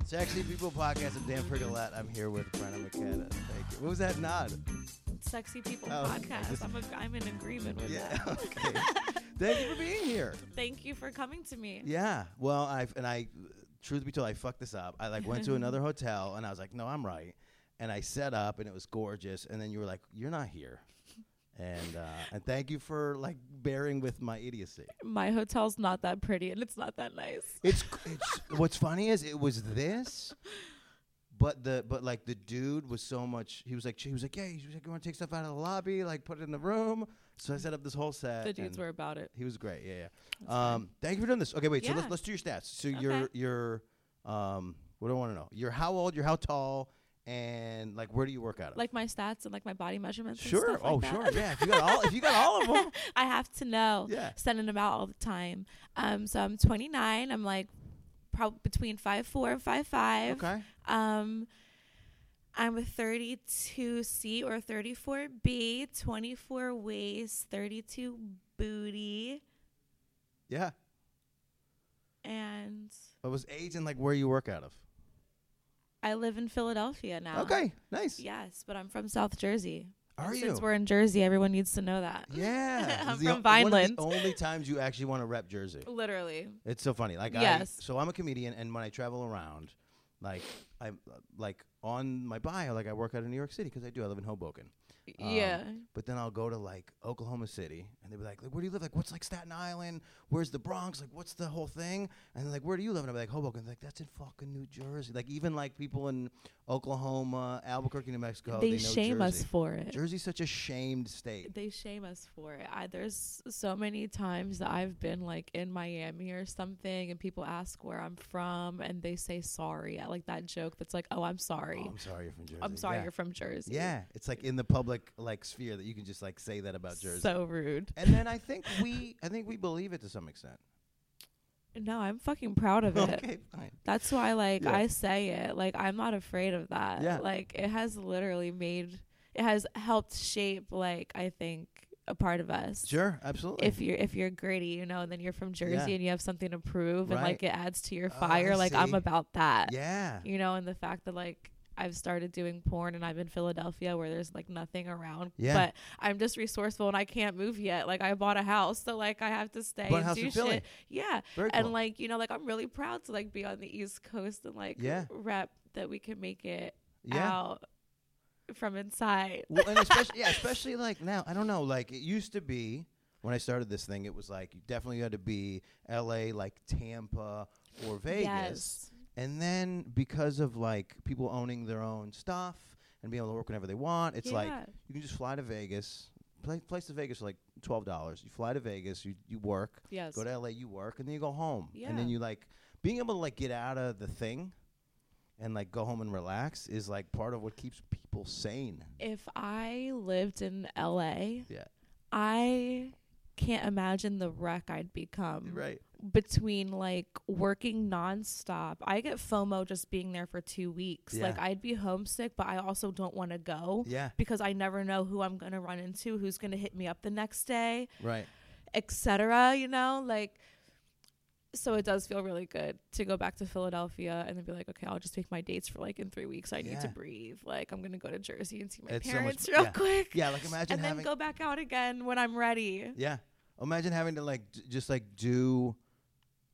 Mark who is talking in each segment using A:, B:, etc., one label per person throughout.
A: It's actually People Podcast. I'm Dan Pergolette. I'm here with Brenna McKenna. Thank you. What was that nod?
B: Sexy People
A: Oh, I
B: podcast.
A: just-
B: I'm, a, I'm in agreement with
A: Yeah.
B: that.
A: Okay. Thank you for being here.
B: Thank you for coming to me.
A: Yeah. Well, I and I, truth be told, I fucked this up. I like went to another hotel and I was like, no, I'm right. And I set up and it was gorgeous. And then you were like, you're not here. And uh, and thank you for like bearing with my idiocy.
B: My hotel's not that pretty and it's not that nice.
A: It's it's what's funny is it was this, but the but like the dude was so much. He was like he was like yeah. He was like you want to take stuff out of the lobby, like put it in the room. So I set up this whole set.
B: The dudes
A: and
B: were about it.
A: He was great. Yeah, yeah. Um, thank you for doing this. Okay, wait. So
B: Yeah.
A: let's let's do your stats. So
B: Okay.
A: you're you're um what do I want to know? You're how old? You're how tall? And like where do you work out of?
B: Like my stats and like my body measurements. and
A: sure.
B: stuff like
A: oh
B: that.
A: sure. Yeah. If you got all if you got all of them.
B: I have to know.
A: Yeah.
B: Sending them out all the time. Um, so I'm 29. I'm like probably between 5'4 and 5'5.
A: Okay.
B: Um, I'm a 32C or 34B, 24 waist, 32 booty,
A: Yeah.
B: and
A: It was age and like where you work out of.
B: I live in Philadelphia now.
A: Okay. Nice.
B: Yes, but I'm from South Jersey.
A: Are
B: And
A: you?
B: Since we're in Jersey, everyone needs to know that.
A: Yeah,
B: I'm
A: This is the
B: from
A: o- one of
B: Vineland.
A: the only times you actually want to rep Jersey.
B: Literally.
A: It's so funny. Like,
B: Yes.
A: I, so I'm a comedian, and when I travel around, like I'm like on my bio, like I work out in New York City because I do. I live in Hoboken. Um,
B: yeah.
A: But then I'll go to like Oklahoma City, and they'll be like, like, "Where do you live? Like, what's like Staten Island? Where's the Bronx? Like, what's the whole thing?" And they're like, "Where do you live?" And I'll be like, "Hoboken." They're like, that's in fucking New Jersey. Like, even like people in Oklahoma, Albuquerque, New Mexico,
B: they
A: they, know
B: shame
A: Jersey.
B: us for it.
A: Jersey's such a shamed state.
B: they shame us for it. I, there's so many times that I've been like in Miami or something, and people ask where I'm from, and they say sorry. I like that joke that's like, "Oh, I'm sorry.
A: Oh, I'm sorry, you're from Jersey.
B: I'm sorry,
A: Yeah.
B: you're from Jersey."
A: Yeah, it's like in the public like sphere that you can just like say that about Jersey.
B: so rude.
A: and then I think we I think we believe it to some extent.
B: No, I'm fucking proud of it.
A: okay, fine.
B: That's why, like,
A: Yeah.
B: I say it. Like, I'm not afraid of that.
A: Yeah.
B: Like, it has literally made, it has helped shape, like, I think, a part of us.
A: Sure, absolutely.
B: if you're if you're gritty, you know, and then you're from Jersey
A: Yeah.
B: and you have something to prove, and
A: Right.
B: like it adds to your
A: Oh, I
B: fire. like
A: see.
B: I'm about that,
A: yeah.
B: you know, and the fact that like I've started doing porn and I'm in Philadelphia where there's like nothing around,
A: Yeah.
B: but I'm just resourceful and I can't move yet. Like I bought a house, so like I have to stay
A: Bought a
B: and
A: house
B: do
A: in Philly.
B: shit. Yeah,
A: Very
B: and
A: cool.
B: like you know, like I'm really proud to like be on the East Coast and like
A: Yeah.
B: rep that we can make it
A: yeah.
B: out from inside.
A: Well, and especially yeah, especially like now, I don't know, like it used to be when I started this thing, it was like you definitely had to be LA like Tampa or Vegas.
B: Yes.
A: And then because of like people owning their own stuff and being able to work whenever they want, it's like
B: Yeah.
A: you can just fly to Vegas. Pla place to Vegas for like twelve dollars. You fly to Vegas, you, you work,
B: Yes.
A: go to LA, you work, and then you go home. And then
B: Yeah.
A: you like being able to like get out of the thing and like go home and relax is like part of what keeps people sane.
B: if I lived in LA,
A: Yeah.
B: I can't imagine the wreck I'd become
A: Right.
B: between like working nonstop. I get FOMO just being there for two weeks.
A: Yeah.
B: Like I'd be homesick, but I also don't want to go
A: Yeah.
B: because I never know who I'm gonna run into, who's gonna hit me up the next day,
A: Right.
B: etc. You know, like. So it does feel really good to go back to Philadelphia and then be like, okay, I'll just take my dates for like in three weeks. I need to
A: Yeah.
B: breathe. Like I'm gonna go to Jersey and see my
A: It's so much
B: parents
A: b-
B: real
A: yeah.
B: quick
A: Yeah. Like imagine
B: and then
A: having.
B: go back out again when I'm ready.
A: yeah. Imagine having to like d- just like do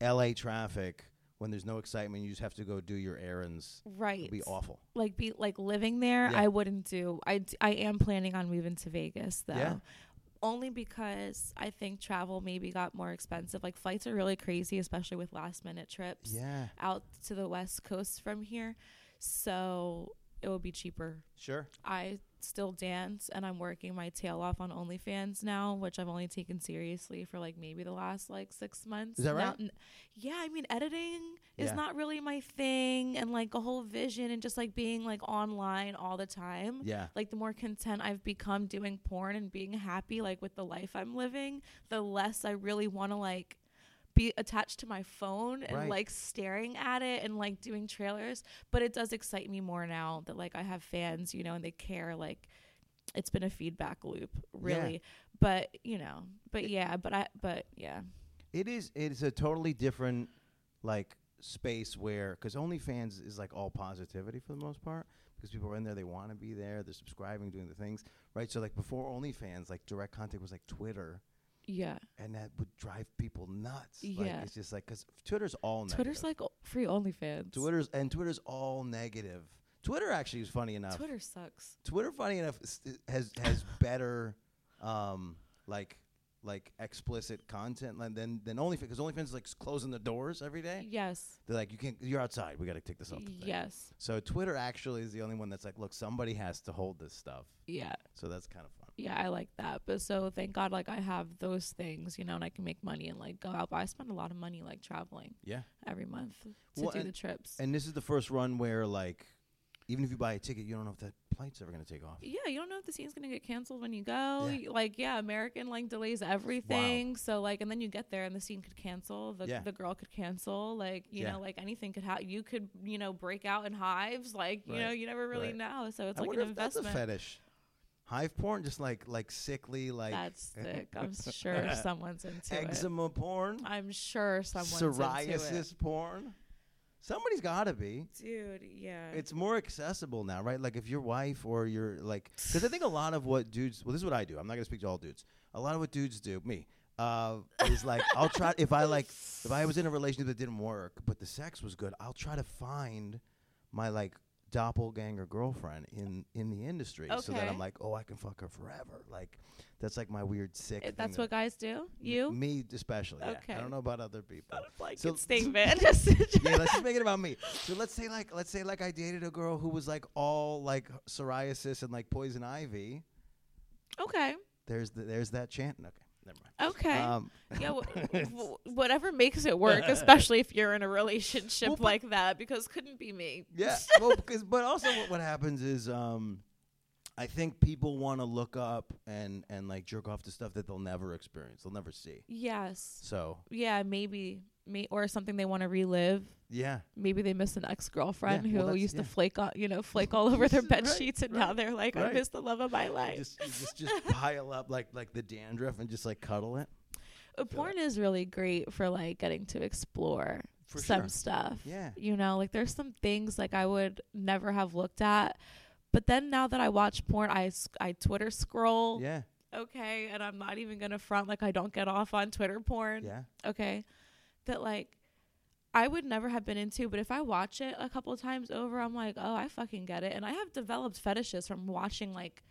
A: LA traffic when there's no excitement. You just have to go do your errands.
B: Right.
A: It'd be awful.
B: Like be like living there,
A: Yeah.
B: I wouldn't do. I d- I am planning on moving to Vegas though.
A: Yeah.
B: Only because I think travel maybe got more expensive. Like flights are really crazy, especially with last minute trips
A: Yeah.
B: out to the west coast from here. So it would be cheaper.
A: Sure.
B: I still dance and I'm working my tail off on OnlyFans now, which I've only taken seriously for like maybe the last like six months.
A: Is that
B: Now-
A: right?
B: n- yeah, I mean, editing is
A: Yeah.
B: not really my thing, and like a whole vision and just like being like online all the time.
A: Yeah.
B: Like the more content I've become doing porn and being happy like with the life I'm living, the less I really want to like be attached to my phone and
A: Right.
B: like staring at it and like doing trailers. But it does excite me more now that like I have fans, you know, and they care. Like it's been a feedback loop, really. But you know, but yeah, but I, but yeah,
A: It is. It is a totally different, like, space where because OnlyFans is like all positivity for the most part because people are in there, they want to be there, they're subscribing, doing the things, right? So like before OnlyFans, like direct contact was like Twitter,
B: Yeah.
A: and that would drive people nuts.
B: Yeah.
A: Like it's just like because Twitter's all negative.
B: Twitter's like o- free OnlyFans.
A: Twitter's and Twitter's all negative. Twitter actually is funny enough.
B: Twitter sucks.
A: Twitter, funny enough, is- has has better um, like like explicit content than than, than OnlyFans because OnlyFans is like s- closing the doors every day.
B: Yes.
A: They're like, you can't. You're outside. We got to take this off. Eh. The thing.
B: Yes.
A: So Twitter actually is the only one that's like, look, somebody has to hold this stuff.
B: Yeah.
A: So that's kind of fun.
B: Yeah, I like that. But so thank God like I have those things, you know, and I can make money and like go out. But I spend a lot of money like traveling
A: Yeah.
B: every month to
A: Well,
B: do
A: and-
B: the trips.
A: And this is the first run where like, even if you buy a ticket, you don't know if that flight's ever going to take off.
B: yeah, you don't know if the scene's gonna get canceled when you go.
A: Yeah.
B: Y- Like, yeah, American like delays everything. So like, and then you get there and the scene could cancel. The
A: Yeah.
B: the girl could cancel. Like, you
A: Yeah.
B: know, like anything could happen. You could you know break out in hives. Like, you know,
A: Right.
B: you never really
A: Right.
B: know. So it's
A: I
B: like an
A: wonder if that's a
B: investment.
A: fetish. Hive porn, just like like sickly, like e,
B: That's sick. I'm sure someone's into it.
A: eczema porn.
B: I'm sure someone's into it.
A: psoriasis porn. Somebody's got to be.
B: Dude, yeah.
A: It's more accessible now, right? Like if your wife or your like, because I think a lot of what dudes. Well, this is what I do. I'm not gonna speak to all dudes. A lot of what dudes do, me, uh, is like I'll try if I like if I was in a relationship that didn't work, but the sex was good. I'll try to find my like doppelganger girlfriend in in the industry, so that
B: Okay.
A: I'm like, oh, I can fuck her forever. Like that's like my weird sick.
B: It-
A: thing
B: that's
A: that-
B: what guys do. You?
A: me especially. yeah.
B: Okay.
A: I don't know about other people.
B: Like
A: So-
B: it's statement.
A: yeah, let's just make it about me. So let's say like let's say like I dated a girl who was like all like psoriasis and like poison ivy.
B: okay.
A: There's the, there's that chant. Okay, never mind.
B: Okay.
A: Um,
B: yeah. W- w- whatever makes it work, especially if you're in a relationship
A: Well, but-
B: like that, because couldn't be me.
A: yeah. Well, because but also what, what happens is um, I think people want to look up and and like jerk off to stuff that they'll never experience. They'll never see.
B: Yes.
A: So
B: Yeah. Maybe. May or something they want to relive.
A: yeah,
B: Maybe they miss an ex girlfriend
A: Yeah, well,
B: who
A: that's-
B: used
A: yeah.
B: to flake on, you know, flake all over their bed
A: Right,
B: sheets, and
A: right,
B: now they're like,
A: right.
B: I miss the love of my
A: You
B: life.
A: just you just just pile up like like the dandruff and just like cuddle it
B: Uh, porn is really great for like getting to explore
A: for
B: some
A: sure.
B: stuff.
A: Yeah.
B: You know, like there's some things like I would never have looked at. But then now that I watch porn, I, s- I Twitter scroll.
A: Yeah,
B: Okay. And I'm not even going to front like I don't get off on Twitter porn.
A: yeah,
B: Okay. That like I would never have been into. But if I watch it a couple times over, I'm like, oh, I fucking get it. And I have developed fetishes from watching like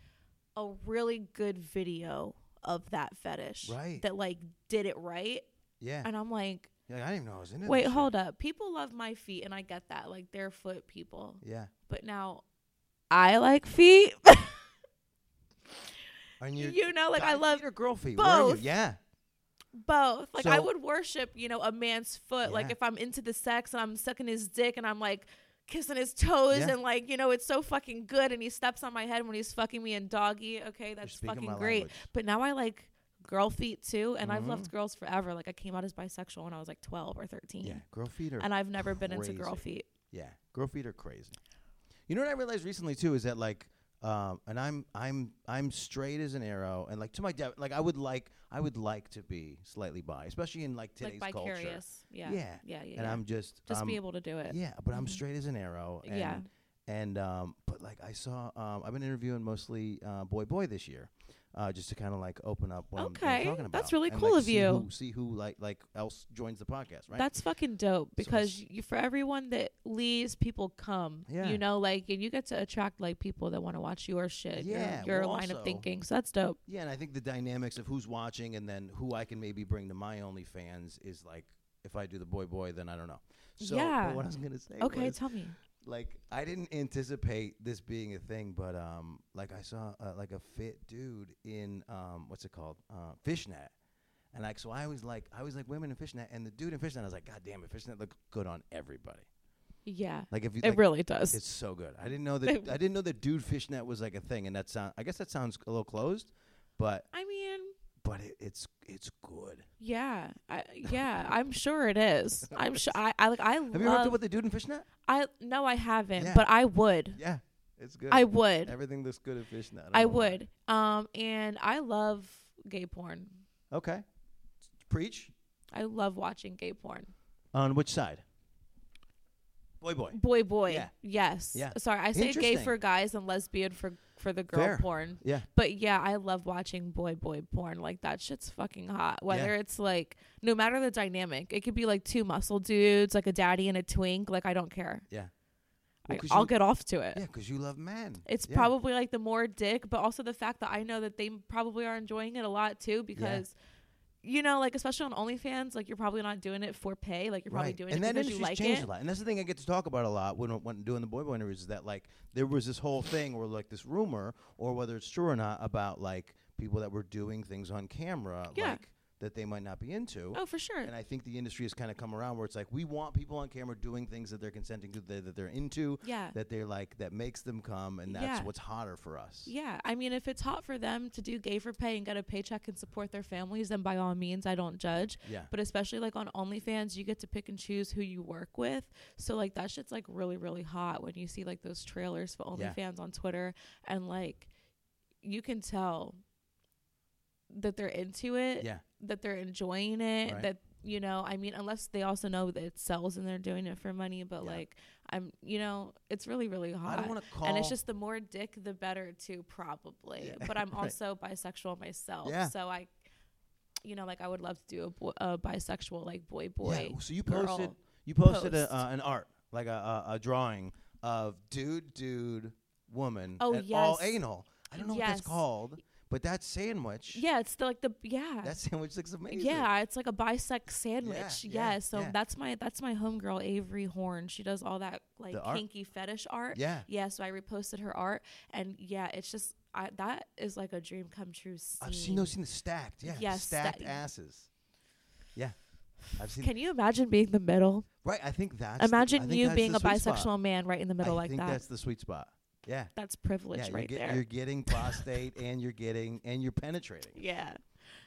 B: a really good video of that fetish
A: Right.
B: that like did it right.
A: yeah.
B: And I'm like,
A: You're like, I didn't even know I was in it.
B: Wait, hold up. People love my feet, and I get that. Like, they're foot people.
A: Yeah,
B: But now, I like feet.
A: and you
B: you know, like, I
A: Guy
B: love
A: feet or girl feet. Where are you?
B: both.
A: Yeah,
B: both. Like, I
A: So-
B: would worship, you know, a man's foot. Like,
A: Yeah.
B: if I'm into the sex and I'm sucking his dick and I'm like kissing his toes,
A: Yeah.
B: and like, you know, it's so fucking good. And he steps on my head when he's fucking me in doggy. Okay, that's
A: speaking
B: fucking
A: my
B: great.
A: language.
B: But now I like girl feet too. And I've
A: Mhm.
B: loved girls forever. Like, I came out as bisexual when I was like 12 or 13.
A: yeah, girl feet are
B: And I've never been into girl
A: crazy.
B: feet.
A: yeah, girl feet are crazy. You know what I realized recently too is that like, um, and I'm I'm I'm straight as an arrow, and like to my dev, like I would like I would like to be slightly bi, especially in like today's
B: like,
A: culture.
B: vicarious. Yeah. Yeah.
A: Yeah.
B: Yeah.
A: And I'm just
B: just
A: I'm,
B: be able to do it.
A: Yeah, but I'm
B: Mhm.
A: straight as an arrow. And,
B: Yeah.
A: And um, but like I saw, um, I've been interviewing mostly uh, boy boy this year, uh, just to kind of like open up what, I'm- what I'm,
B: Okay,
A: talking about.
B: that's really
A: and,
B: cool
A: like,
B: of
A: see
B: you.
A: Who, see who like like else joins the podcast, right?
B: That's fucking dope because
A: it's-
B: you, for everyone that leaves, people come.
A: Yeah.
B: You know, like, and you get to attract like people that want to watch your shit, your-
A: Yeah,
B: your,
A: well,
B: line
A: also-
B: of thinking. So that's dope.
A: yeah, and I think the dynamics of who's watching and then who I can maybe bring to my OnlyFans is like if I do the boy boy, then I don't know. So but
B: Yeah.
A: what I was gonna say
B: Okay,
A: was,
B: tell me.
A: like I didn't anticipate this being a thing, but um, like I saw uh, like a fit dude in um, what's it called, uh, fishnet, and like so I was like I was like women in fishnet, and the dude in fishnet, I was like, God damn it, fishnet looked good on everybody.
B: Yeah,
A: Like if you,
B: it
A: like,
B: really does.
A: it's so good. I didn't know that I didn't know that dude fishnet was like a thing, and that sound I guess that sounds a little closed, but
B: I mean,
A: but it, it's it's good.
B: yeah, I, yeah, I'm sure it is. I'm sure. I, I like. I
A: Have you hooked
B: love.
A: up with the dude in fishnet?
B: I no, I haven't,
A: Yeah.
B: but I would.
A: Yeah, it's good.
B: I would.
A: Everything looks good at fishnet. don't
B: I
A: know why.
B: would. Um, and I love gay porn.
A: Okay, preach.
B: I love watching gay porn.
A: On which side? boy, boy.
B: boy boy
A: Yeah.
B: yes
A: Yeah.
B: sorry i say gay
A: Interesting.
B: for guys and lesbian for for the girl
A: Fair.
B: porn
A: Yeah.
B: but yeah i love watching boy boy porn like that shit's fucking hot whether it's like no matter the dynamic it could be like two muscle dudes like a daddy and a twink like i don't care
A: Yeah.
B: I,
A: Well, 'cause
B: i'll
A: you-
B: get off to it
A: Yeah, because you love men.
B: it's
A: Yeah.
B: probably like the more dick but also the fact that i know that they probably are enjoying it a lot too because you know like especially on onlyfans like you're probably not doing it for pay like you're probably doing
A: and
B: it
A: that
B: because you
A: industry's
B: like
A: changed
B: it
A: a lot. And that's the thing I get to talk about a lot when when doing the boy boy interviews is that like there was this whole thing where like this rumor or whether it's true or not about like people that were doing things on camera
B: Yeah.
A: like that they might not be into.
B: oh for sure
A: And I think the industry has kind of come around where it's like we want people on camera doing things that they're consenting to, that, that they're into,
B: yeah
A: that they're like that makes them come, and that's
B: Yeah.
A: what's hotter for us.
B: Yeah, I mean, if it's hot for them to do gay for pay and get a paycheck and support their families, then by all means, I don't judge.
A: Yeah.
B: But especially like on OnlyFans, you get to pick and choose who you work with. So like that shit's like really, really hot when you see like those trailers for
A: Yeah.
B: OnlyFans on Twitter and like you can tell that they're into it,
A: Yeah.
B: that they're enjoying it,
A: Right.
B: that you know, I mean, unless they also know that it sells and they're doing it for money, but
A: Yeah.
B: like I'm, you know, it's really, really hot.
A: I don't want to call.
B: And it's just the more dick, the better too, probably.
A: Yeah,
B: But I'm
A: right.
B: also bisexual myself,
A: Yeah.
B: so I, you know, like I would love to do a, bo- a bisexual like boy boy.
A: Yeah, so you
B: girl
A: posted you posted
B: post.
A: a, uh, an art like a, a, a drawing of dude dude woman
B: Oh,
A: and all
B: yes.
A: anal. I don't know what
B: Yes.
A: that's called, but that sandwich.
B: Yeah, it's the, like the yeah.
A: That sandwich looks amazing.
B: yeah, it's like a bisex sandwich.
A: yeah,
B: yeah, so
A: yeah.
B: that's my that's my homegirl Avery Horn. She does all that like
A: The art?
B: kinky fetish art.
A: Yeah.
B: Yeah, so I reposted her art, and yeah, it's just I, that is like a dream come true. Scene.
A: I've seen those things stacked. Yeah.
B: Yeah,
A: stacked
B: stack-
A: asses. Yeah. I've seen
B: Can you imagine being the middle?
A: Right, I think that's the- I
B: Imagine
A: think
B: you
A: that's
B: being
A: the
B: a
A: sweet
B: bisexual
A: spot.
B: man right in the middle
A: I
B: like
A: think
B: that.
A: that's the sweet spot. Yeah.
B: That's privilege
A: Yeah, you're,
B: right
A: get-
B: there.
A: you're getting prostate and you're getting and you're penetrating.
B: yeah,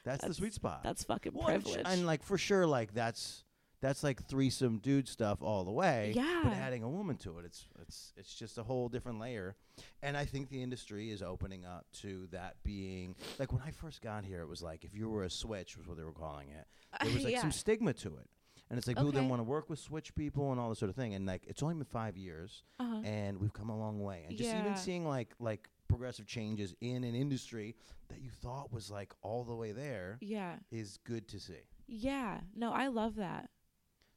A: That's, the
B: That's-
A: sweet spot.
B: that's fucking
A: Well, and sh-
B: privilege.
A: And like for sure, like that's that's like threesome dude stuff all the way. But
B: Yeah.
A: adding a woman to it, it's it's it's just a whole different layer. And I think the industry is opening up to that being like when I first got here, it was like if you were a switch was what they were calling it. There was like
B: yeah.
A: some stigma to it. And it's like people didn't
B: Okay.
A: want to work with switch people and all this sort of thing. And like it's only been five years
B: uh-huh.
A: and we've come a long way. And just
B: Yeah.
A: even seeing like like progressive changes in an industry that you thought was like all the way there
B: Yeah.
A: is good to see.
B: Yeah. No, I love that.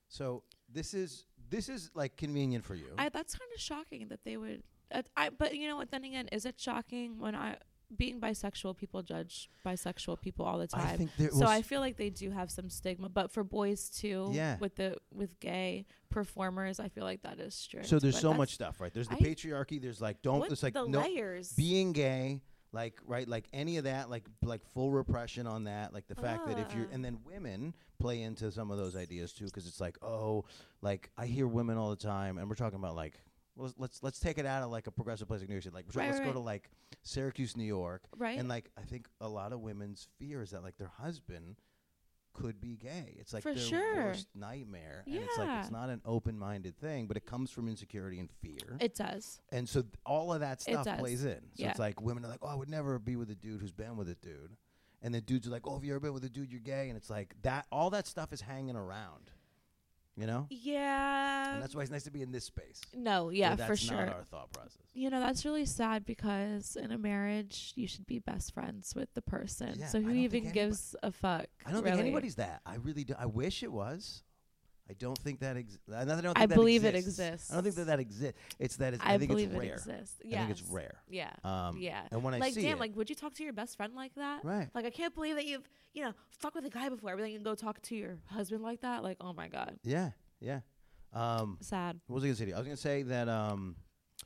A: So this is this is like convenient for you.
B: I that's kind of shocking that they would. Uh, I but you know what? Then again, is it shocking when I being bisexual people judge bisexual people all the
A: I
B: time?
A: think there
B: so
A: was
B: I feel like they do have some stigma, but for boys too,
A: Yeah.
B: with the with gay performers, I feel like that is strict.
A: so there's
B: but
A: so
B: that's-
A: much stuff, right? There's the
B: I-
A: patriarchy. There's like don't.
B: what
A: There's like
B: the
A: no
B: layers.
A: being gay, like right, like any of that, like like full repression on that, like the fact that if you're,
B: Ah.
A: and then women play into some of those ideas too, because it's like oh, like I hear women all the time, and we're talking about like. well, Let's, let's let's take it out of like a progressive place like New York City. Like we're talking-
B: Right,
A: let's go
B: right.
A: to like Syracuse, New York,
B: right?
A: And like I think a lot of women's fear is that like their husband could be gay. It's like
B: For
A: their
B: sure.
A: worst nightmare. And it's like
B: Yeah.
A: it's not an open minded thing, but it comes from insecurity and fear.
B: it does.
A: and so th- all of that stuff
B: does.
A: plays in. So
B: Yeah.
A: it's like women are like, Oh, I would never be with a dude who's been with a dude. And the dudes are like, Oh, have you ever been with a dude, you're gay? And it's like that all that stuff is hanging around. You know?
B: Yeah.
A: and that's why it's nice to be in this space.
B: no.
A: where
B: Yeah,
A: that's
B: for sure.
A: not our thought process.
B: you know that's really sad because in a marriage you should be best friends with the person
A: Yeah,
B: so
A: I
B: who
A: don't think
B: even
A: anybody-
B: gives a fuck
A: I don't
B: really.
A: think anybody's that. I really do. I wish it was. I don't think that exists. I don't think
B: I
A: that
B: believe it
A: I don't think
B: exists.
A: that that exists. It's that it's, I,
B: i,
A: think
B: believe
A: it's
B: it
A: rare.
B: exists
A: I
B: yeah
A: think it's rare.
B: yeah
A: Um,
B: yeah
A: And when I
B: like
A: see
B: damn
A: it,
B: like would you talk to your best friend like that
A: right?
B: like i can't believe that you've you know fucked with a guy before but then you can go talk to your husband like that like oh my god
A: Yeah, yeah. Um,
B: sad
A: what was I gonna say? to you? I was gonna say that. Um,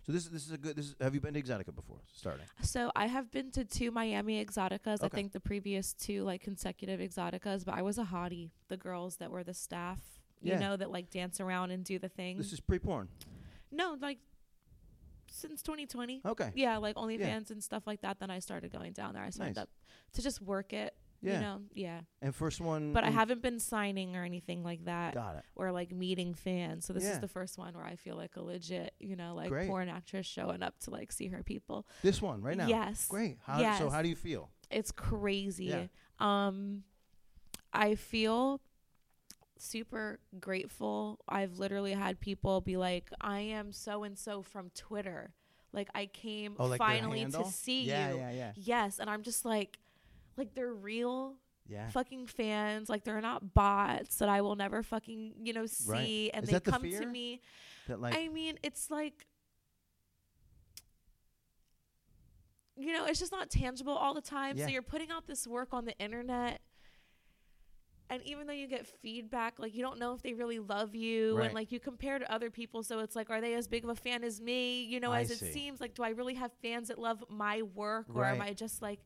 A: so this this is a good. This is, have you been to Exotica before? Starting.
B: so i have been to two miami exoticas i
A: Okay.
B: think the previous two like consecutive exoticas but i was a hottie the girls that were the staff
A: Yeah.
B: you know that like dance around and do the thing
A: This is pre-porn.
B: No, like since 2020.
A: Okay.
B: Yeah, like OnlyFans and stuff like that. Then I started going down there. I signed
A: Nice.
B: up to just work it.
A: Yeah.
B: You know, yeah.
A: And first one.
B: But I
A: in-
B: haven't been signing or anything like that
A: Got it.
B: or like meeting fans. So this
A: Yeah.
B: is the first one where I feel like a legit, you know, like
A: Great.
B: porn actress showing up to like see her people.
A: This one right now.
B: Yes.
A: Great. How, So
B: Yes.
A: how do you feel?
B: It's crazy.
A: Yeah.
B: Um I Um, feel super grateful. I've literally had people be like, I am so and so from Twitter. Like I came
A: Oh, like their
B: finally to
A: handle?
B: see
A: yeah,
B: you.
A: yeah, yeah,
B: Yes. And I'm just like like they're real
A: yeah.
B: fucking fans. Like they're not bots that I will never fucking, you know, see.
A: Right.
B: And
A: Is
B: they
A: that the
B: come to
A: fear?
B: me.
A: That like
B: I mean, it's like you know, it's just not tangible all the time.
A: Yeah.
B: So you're putting out this work on the internet. And even though you get feedback, like you don't know if they really love you,
A: Right.
B: and like you compare to other people, so it's like, are they as big of a fan as me? You know,
A: I
B: as
A: see.
B: it seems, like, do I really have fans that love my work, or am
A: Right.
B: I just like,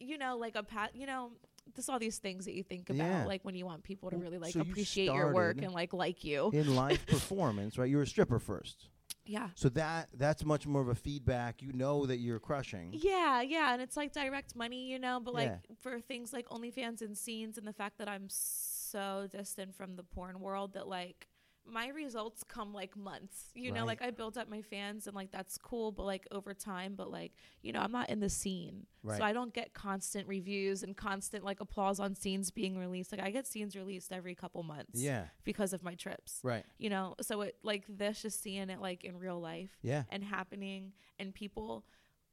B: you know, like a pat, you know, just all these things that you think about,
A: Yeah.
B: like when you want people to
A: Well,
B: really like
A: so you
B: appreciate your work
A: started-
B: and like like you.
A: in live performance, right? You're a stripper first,
B: Yeah.
A: so that that's much more of a feedback. You know that you're crushing.
B: Yeah, yeah, and it's like direct money, you know, but like
A: Yeah.
B: for things like OnlyFans and scenes and the fact that I'm so distant from the porn world that like my results come like months. You know,
A: Right.
B: like I built up my fans and like that's cool, but like over time, but like, you know, I'm not in the scene.
A: Right.
B: So I don't get constant reviews and constant like applause on scenes being released. Like I get scenes released every couple months.
A: Yeah,
B: Because of my trips.
A: right.
B: You know, so it like this just seeing it like in real life
A: Yeah,
B: and happening and people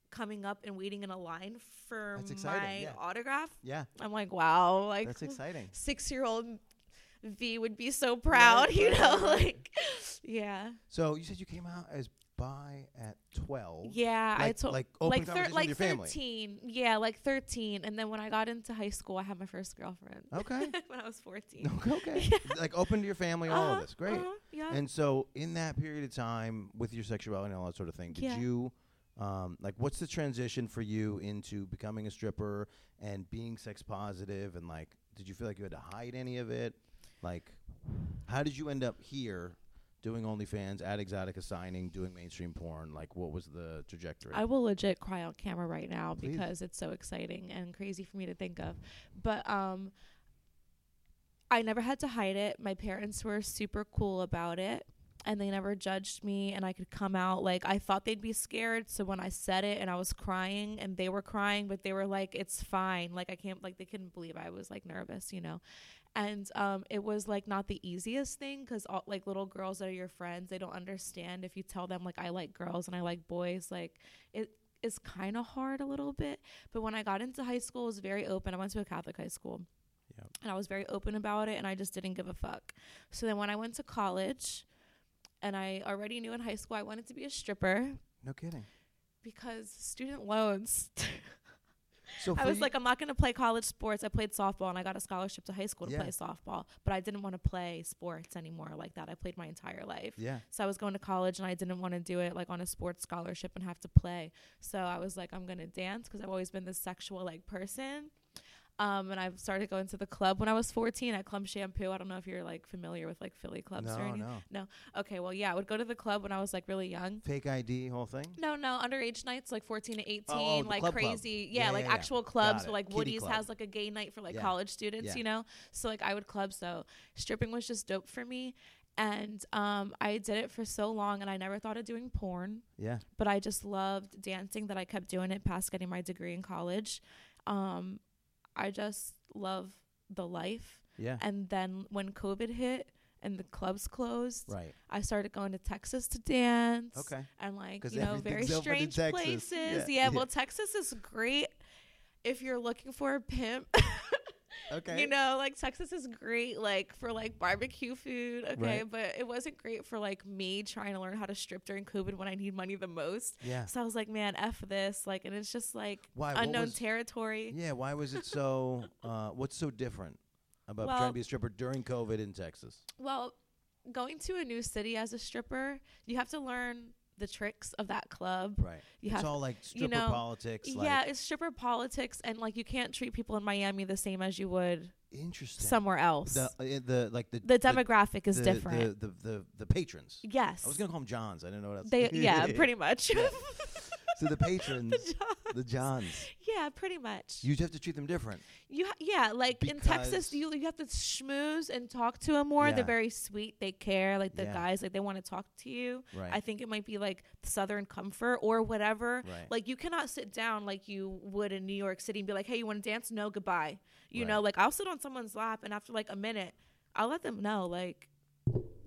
B: coming up and waiting in a line for
A: That's exciting,
B: my
A: yeah.
B: autograph.
A: yeah.
B: I'm like, wow, like
A: That's exciting.
B: six year old V would be so proud, you
A: right,
B: know,
A: right.
B: like yeah.
A: So you said you came out as bi at twelve.
B: Yeah. I
A: Like,
B: told
A: like open
B: like thir-
A: conversation
B: like
A: with your family.
B: thirteen. Yeah, like thirteen. And then when I got into high school I had my first girlfriend.
A: Okay.
B: when I was 14
A: Okay. okay. Like open to your family, all of
B: Uh-huh,
A: this. Great.
B: uh-huh, yeah.
A: And so, in that period of time with your sexuality and all that sort of thing, did
B: Yeah.
A: you, um, like, what's the transition for you into becoming a stripper and being sex positive And, like, did you feel like you had to hide any of it? Like, how did you end up here doing OnlyFans, at Exotica signing, doing mainstream porn? Like, what was the trajectory?
B: I will legit cry on camera right now
A: Please.
B: because it's so exciting and crazy for me to think of. But um I never had to hide it. My parents were super cool about it and they never judged me and I could come out like I thought they'd be scared so when I said it and I was crying and they were crying but they were like it's fine like I can't like they couldn't believe I was like nervous you know and um it was like not the easiest thing cuz all like little girls that are your friends they don't understand if you tell them like I like girls and I like boys like it is kind of hard a little bit but when I got into high school it was very open I went to a Catholic high school
A: Yep.
B: and I was very open about it and I just didn't give a fuck so then when I went to college and I already knew in high school I wanted to be a stripper
A: no kidding.
B: because student loans.
A: So
B: I
A: for
B: was
A: you-
B: like, I'm not going to play college sports. I played softball and I got a scholarship to high school to
A: Yeah.
B: play softball, but I didn't want to play sports anymore like that. I played my entire life.
A: yeah,
B: So I was going to college and I didn't want to do it like on a sports scholarship and have to play. So I was like, I'm going to dance because I've always been this sexual like person. Um, and I started going to the club when I was 14 at Club Shampoo. I don't know if you're like familiar with like Philly clubs or
A: no,
B: anything.
A: no,
B: Okay, well, yeah, I would go to the club when I was like really young.
A: fake ID, whole thing.
B: No, no, underage nights like 14 to 18,
A: Oh, the
B: like
A: club club.
B: crazy.
A: Yeah,
B: Yeah, like
A: yeah, yeah.
B: actual
A: Got
B: clubs, but
A: it.
B: like
A: Kiddie
B: Woody's
A: club.
B: has like a gay night for like
A: Yeah.
B: college students,
A: Yeah.
B: you know? So like I would club, so stripping was just dope for me. And um, I did it for so long and I never thought of doing porn,
A: Yeah,
B: but I just loved dancing that I kept doing it past getting my degree in college. Um, I just love the life.
A: yeah,
B: And then when COVID hit and the clubs closed,
A: right.
B: I started going to Texas to dance
A: Okay,
B: and like
A: 'Cause
B: you know very
A: everything's open in
B: strange
A: Texas.
B: places.
A: Yeah.
B: Yeah.
A: Yeah.
B: well, Texas is great if you're looking for a pimp.
A: okay.
B: you know, like Texas is great like for like barbecue food, okay,
A: Right.
B: but it wasn't great for like me trying to learn how to strip during COVID when I need money the most.
A: yeah.
B: So I was like, man, f this, like, and it's just like
A: Why? what
B: unknown
A: was-
B: territory.
A: Yeah, why was it so? Uh, what's so different about trying
B: Well-
A: to be a stripper during COVID in Texas?
B: Well, going to a new city as a stripper, you have to learn the tricks of that club.
A: Right.
B: You
A: it's
B: have
A: all like stripper
B: you know,
A: politics. Like,
B: yeah, it's stripper politics, and like you can't treat people in Miami the same as you would
A: Interesting.
B: somewhere else.
A: The, uh,
B: The,
A: the like the
B: demographic is
A: the-
B: different.
A: The the, the the patrons.
B: yes.
A: I was gonna call them Johns. I didn't know what else.
B: they yeah, pretty much.
A: Yeah. so the patrons, the
B: The John-
A: Johns.
B: yeah, pretty much. You,
A: You have to treat them different.
B: ha- yeah, like in
A: Because-
B: Texas, you you have to schmooze and talk to them more.
A: Yeah.
B: They're very sweet. They care. Like the
A: Yeah.
B: guys, like they want to talk to you.
A: Right.
B: I think it might be like Southern comfort or whatever.
A: Right.
B: Like you cannot sit down like you would in New York City and be like, "Hey, you want to dance? No, goodbye." You
A: Right.
B: know, like I'll sit on someone's lap and after like a minute, I'll let them know like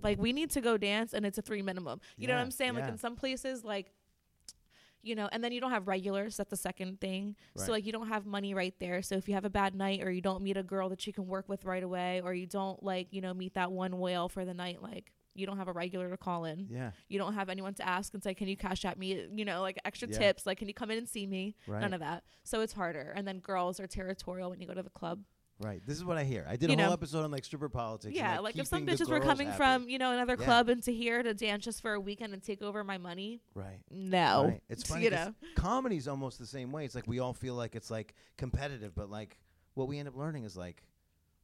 B: like we need to go dance and it's a three minimum. You know what
A: Yeah,
B: I'm saying? Like
A: yeah.
B: in some places like you know, and then you don't have regulars. That's the second thing.
A: Right.
B: So like you don't have money right there. So if you have a bad night or you don't meet a girl that you can work with right away or you don't like, you know, meet that one whale for the night, like you don't have a regular to call in.
A: Yeah.
B: You don't have anyone to ask and say, Can you cash at me? You know, like extra
A: Yeah.
B: tips, like can you come in and see me?
A: Right.
B: None of that. So it's harder. And then girls are territorial when you go to the club.
A: Right. This is what I hear. I did
B: You
A: a whole
B: know.
A: episode on like stripper politics.
B: yeah,
A: and,
B: like, if some
A: keeping the
B: bitches were
A: girls
B: coming
A: happy.
B: from, you know, another
A: Yeah.
B: club into here to dance just for a weekend and take over my money,
A: right.
B: no.
A: Right. It's funny.
B: you
A: 'cause
B: know.
A: Comedy's almost the same way. It's like we all feel like it's like competitive, but like what we end up learning is like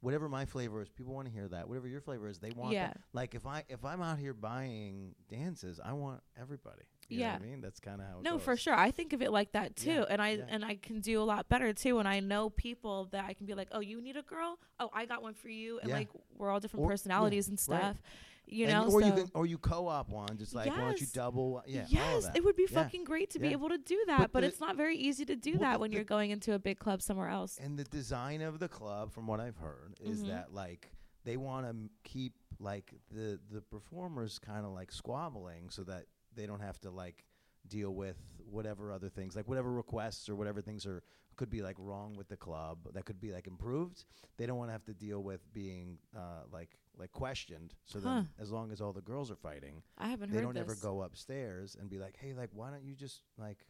A: whatever my flavor is, people want to hear that. Whatever your flavor is, they want.
B: Yeah.
A: That. Like if I if I'm out here buying dances, I want everybody. You Know what I mean, that's kind of how. It
B: No,
A: goes.
B: for sure. I think of it like that too.
A: Yeah,
B: And I
A: yeah.
B: and I can do a lot better too when I know people that I can be like, "Oh, you need a girl? Oh, I got one for you." And
A: Yeah.
B: like we're all different
A: Or- yeah,
B: personalities and
A: right.
B: stuff. You
A: And-
B: know,
A: or
B: so
A: you can, or you co-op one, just like why don't you
B: Yes.
A: double? Yeah, all of
B: yes,
A: that.
B: it would be
A: Yeah,
B: fucking great to be
A: yeah.
B: able to do that, but,
A: the-
B: it's not very easy to do
A: Well, the-
B: that when
A: the-
B: you're going into a big club somewhere else.
A: And the design of the club, from what I've heard, is
B: Mhm.
A: that like they want to keep like the the performers kind of like squabbling so that they don't have to like deal with whatever other things, like whatever requests or whatever things are could be like wrong with the club that could be like improved. They don't want to have to deal with being uh, like like questioned. So then, as long as all the girls are fighting,
B: I haven't
A: they
B: heard
A: don't
B: this.
A: ever go upstairs and be like, hey, like why don't you just like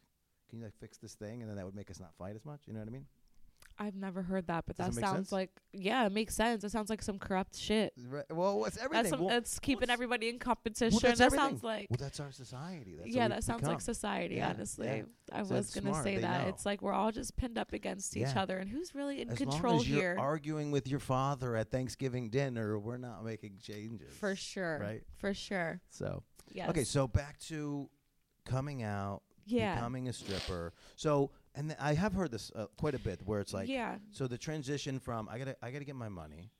A: can you like fix this thing and then that would make us not fight as much. You know what I mean?
B: I've never heard that, but
A: Does
B: that
A: it make
B: sounds
A: sense?
B: like yeah, it makes sense. It sounds like some corrupt shit.
A: Right. Well, what's
B: That's
A: everything?
B: some,
A: well,
B: that's keeping
A: what's-
B: everybody in competition.
A: well, that's
B: that
A: everything.
B: sounds like
A: Well, that's our society. That's what
B: yeah,
A: we've
B: that sounds
A: become.
B: like society.
A: Yeah,
B: honestly,
A: yeah.
B: I
A: So
B: was
A: it's
B: gonna
A: smart,
B: say
A: they
B: that
A: know.
B: it's like we're all just pinned up against each
A: Yeah.
B: other, and who's really in
A: As
B: control
A: long as
B: here?
A: you're arguing with your father at Thanksgiving dinner, we're not making changes.
B: for sure,
A: right?
B: For sure.
A: So
B: Yes.
A: okay, so back to coming out,
B: yeah,
A: becoming a stripper. So and th- I have heard this uh, quite a bit, where it's like,
B: yeah,
A: so the transition from I gotta I gotta get my money,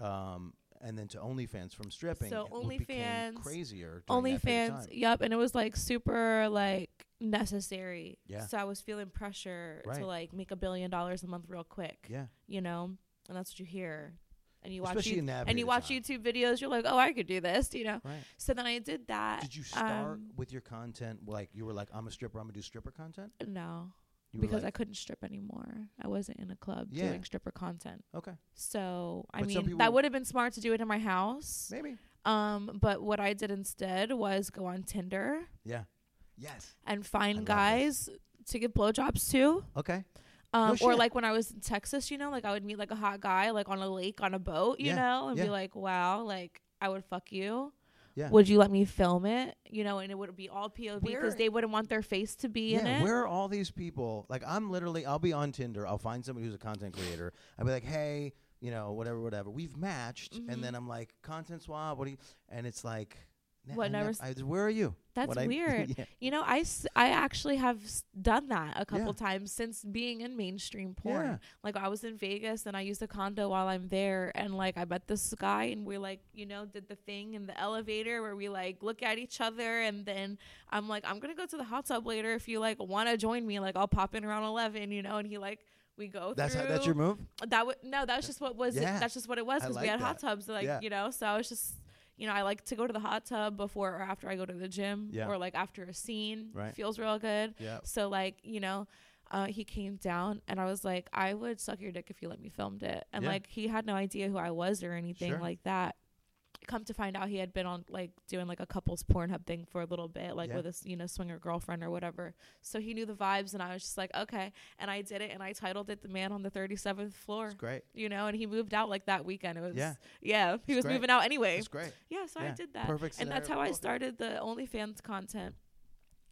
A: um, and then to OnlyFans from stripping.
B: So
A: it w- became
B: OnlyFans-
A: crazier. during that period of
B: OnlyFans.
A: time.
B: Yep, and it was like super like necessary.
A: Yeah.
B: So I was feeling pressure
A: Right.
B: to like make a billion dollars a month real quick.
A: Yeah,
B: You know, and that's what you hear, and you watch
A: especially
B: you-
A: in that.
B: and
A: period
B: you
A: of
B: watch
A: time.
B: YouTube videos. You're like, oh, I could do this. You know.
A: Right.
B: So then I did that.
A: Did you start
B: um,
A: with your content like you were like I'm a stripper, I'm gonna do stripper content?
B: No.
A: You
B: because
A: were
B: I
A: like,
B: couldn't strip anymore. I wasn't in a club
A: Yeah.
B: doing stripper content.
A: okay,
B: So I
A: But some
B: mean,
A: people-
B: that would have been smart to do it in my house.
A: maybe,
B: Um, but what I did instead was go on Tinder
A: yeah, yes,
B: and
A: I
B: find
A: love
B: guys to get blowjobs to.
A: okay,
B: Um, or
A: shit.
B: like when I was in Texas, you know, like I would meet like a hot guy like on a lake on a boat, you
A: Yeah,
B: know, and
A: yeah.
B: be like, wow, like I would fuck you.
A: Yeah.
B: Would you let me film it? You know, and it would be all POV
A: Where-
B: because they wouldn't want their face to be in
A: yeah.
B: it.
A: Where are all these people? Like I'm literally, I'll be on Tinder, I'll find somebody who's a content creator, I'll be like, hey, you know, whatever, whatever, we've matched,
B: Mhm.
A: and then I'm like, content swap, what do you? And it's like, nah,
B: What,
A: I
B: never
A: nev-
B: s-
A: I just- where are you?
B: That's
A: What I-
B: weird.
A: yeah.
B: You know, I, s- I actually have s- done that a couple
A: Yeah.
B: times since being in mainstream porn.
A: Yeah.
B: Like I was in Vegas and I used a condo while I'm there and like I met this guy and we like, you know, did the thing in the elevator where we like look at each other and then I'm like, I'm going to go to the hot tub later if you like want to join me, like I'll pop in around 11, you know, and he like we go
A: That's
B: through
A: how, that's your move.
B: that would no that was just what was
A: Yeah.
B: it, that's just what it was
A: I
B: because we
A: like
B: had hot
A: that.
B: tubs like
A: Yeah.
B: you know so i was just you know i like to go to the hot tub before or after i go to the gym
A: Yeah.
B: or like after a scene
A: Right.
B: feels real good
A: Yeah.
B: so like you know uh, he came down and i was like i would suck your dick if you let me filmed it and
A: Yeah.
B: like he had no idea who i was or anything
A: Sure.
B: like that come to find out he had been on like doing like a couples pornhub thing for a little bit like
A: Yeah.
B: with his you know swinger girlfriend or whatever so he knew the vibes and i was just like okay and i did it and i titled it the man on the 37th floor
A: It's great.
B: you know, and he moved out like that weekend. It was
A: Yeah.
B: yeah, yeah he
A: It's
B: was
A: great.
B: moving out anyway.
A: It's great.
B: Yeah, so
A: Yeah.
B: I did that,
A: Perfect.
B: and that's
A: scenario.
B: how I
A: Perfect.
B: started the OnlyFans content.